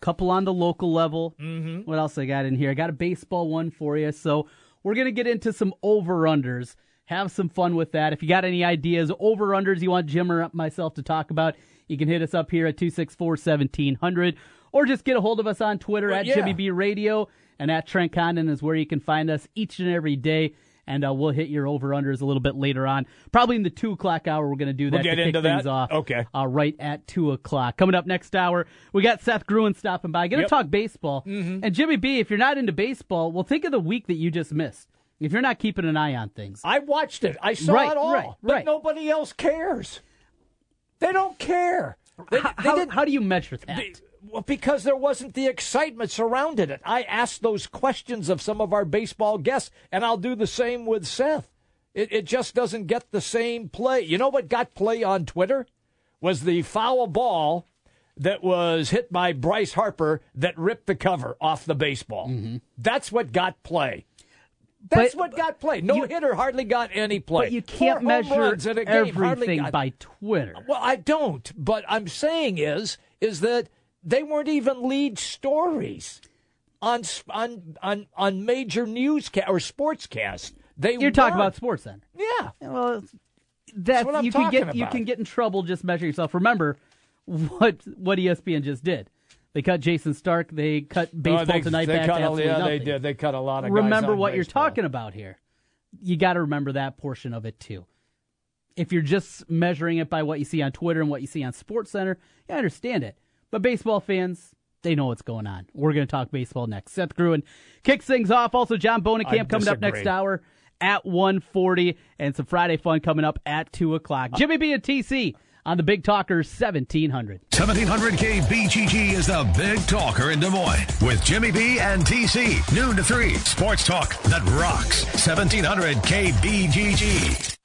Speaker 3: couple on the local level. Mm-hmm. What else I got in here? I got a baseball one for you. So we're going to get into some over unders. Have some fun with that. If you got any ideas, over unders you want Jim or myself to talk about, you can hit us up here at 264 1700 or just get a hold of us on Twitter
Speaker 2: Well,
Speaker 3: at
Speaker 2: yeah.
Speaker 3: Jimmy B Radio and at Trent Condon is where you can find us each and every day. And uh, we'll hit your over unders a little bit later on. Probably in the two o'clock hour, we're going to do that
Speaker 2: We'll get
Speaker 3: to kick
Speaker 2: into that.
Speaker 3: things off
Speaker 2: Okay.
Speaker 3: uh, right at two o'clock. Coming up next hour, we got Seth Gruen stopping by. Going to
Speaker 2: Yep. Mm-hmm.
Speaker 3: talk baseball. And Jimmy B, if you're not into baseball, well, think of the week that you just missed. If you're not keeping an eye on things,
Speaker 2: I watched it. I saw
Speaker 3: Right,
Speaker 2: it all.
Speaker 3: right,
Speaker 2: but
Speaker 3: right.
Speaker 2: nobody else cares. They don't care. They,
Speaker 3: how,
Speaker 2: they
Speaker 3: how,
Speaker 2: didn't-
Speaker 3: how do you measure that?
Speaker 2: they- well, because there wasn't the excitement surrounded it. I asked those questions of some of our baseball guests, and I'll do the same with Seth. It, it just doesn't get the same play. You know what got play on Twitter? Was the foul ball that was hit by Bryce Harper that ripped the cover off the baseball.
Speaker 3: Mm-hmm.
Speaker 2: That's what got play. That's
Speaker 3: But-
Speaker 2: what got play. No hitter hardly got any play.
Speaker 3: but you
Speaker 2: Four
Speaker 3: can't
Speaker 2: home
Speaker 3: measure
Speaker 2: runs in a game, hardly
Speaker 3: everything
Speaker 2: got-
Speaker 3: by Twitter.
Speaker 2: well, I don't, but I'm saying is is that they weren't even lead stories on s- on on on major newscast or sportscast. They
Speaker 3: You're talking about
Speaker 2: weren't.
Speaker 3: Sports Center.
Speaker 2: yeah.
Speaker 3: Well,
Speaker 2: That's
Speaker 3: that's
Speaker 2: what I'm
Speaker 3: you can
Speaker 2: talking
Speaker 3: get you
Speaker 2: about.
Speaker 3: can get in trouble just measuring yourself. Remember what what E ESPN just did. They cut Jason Stark. They cut baseball
Speaker 2: Oh, they,
Speaker 3: tonight. back to
Speaker 2: cut a,
Speaker 3: absolutely
Speaker 2: yeah, they
Speaker 3: nothing.
Speaker 2: did. They cut a lot of.
Speaker 3: remember what you're talking about here. You got to remember that portion of it too. If you're just measuring it by what you see on Twitter and what you see on Sports Center, I understand it. But baseball fans, they know what's going on. We're going to talk baseball next. Seth Gruen kicks things off. Also, John Bonacamp coming up next
Speaker 2: disagree.
Speaker 3: hour at 1:40, and some Friday fun coming up at two o'clock. Jimmy B and TC on the Big Talker 1700.
Speaker 1: 1700K BGG is the big talker in Des Moines with Jimmy B and TC. Noon to 3. Sports talk that rocks. 1700K BGG.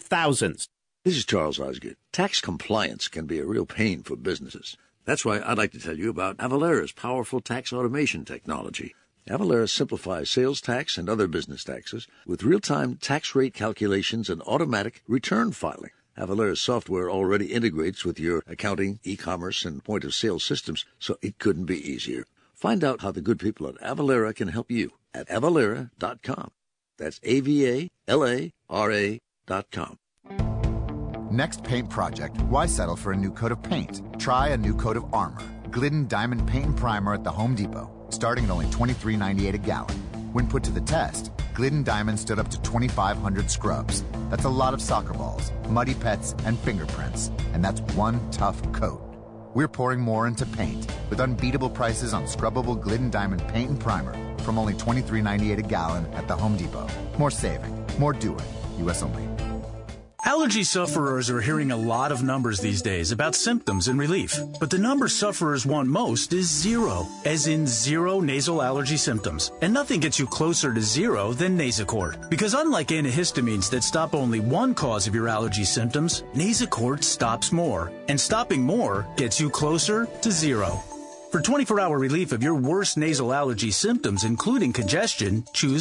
Speaker 4: thousands.
Speaker 27: This is Charles Osgood. Tax compliance can be a real pain for businesses. That's why I'd like to tell you about Avalara's powerful tax automation technology. Avalara simplifies sales tax and other business taxes with real-time tax rate calculations and automatic return filing. Avalara's software already integrates with your accounting, e-commerce, and point-of-sale systems, so it couldn't be easier. Find out how the good people at Avalara can help you at avalara.com. That's A-V-A-L-A-R-A com.
Speaker 28: Next paint project, why settle for a new coat of paint? Try a new coat of armor. Glidden Diamond Paint and Primer at the Home Depot, starting at only $23.98 a gallon. When put to the test, Glidden Diamond stood up to 2,500 scrubs. That's a lot of soccer balls, muddy pets, and fingerprints. And that's one tough coat. We're pouring more into paint with unbeatable prices on scrubbable Glidden Diamond Paint and Primer from only $23.98 a gallon at the Home Depot. More saving, more doing. U.S. only.
Speaker 7: [LAUGHS] Allergy sufferers are hearing a lot of numbers these days about symptoms and relief, but the number sufferers want most is zero, as in zero nasal allergy symptoms. And nothing gets you closer to zero than Nasacort. Because unlike antihistamines that stop only one cause of your allergy symptoms, Nasacort stops more, and stopping more gets you closer to zero. For 24 hour relief of your worst nasal allergy symptoms, including congestion, choose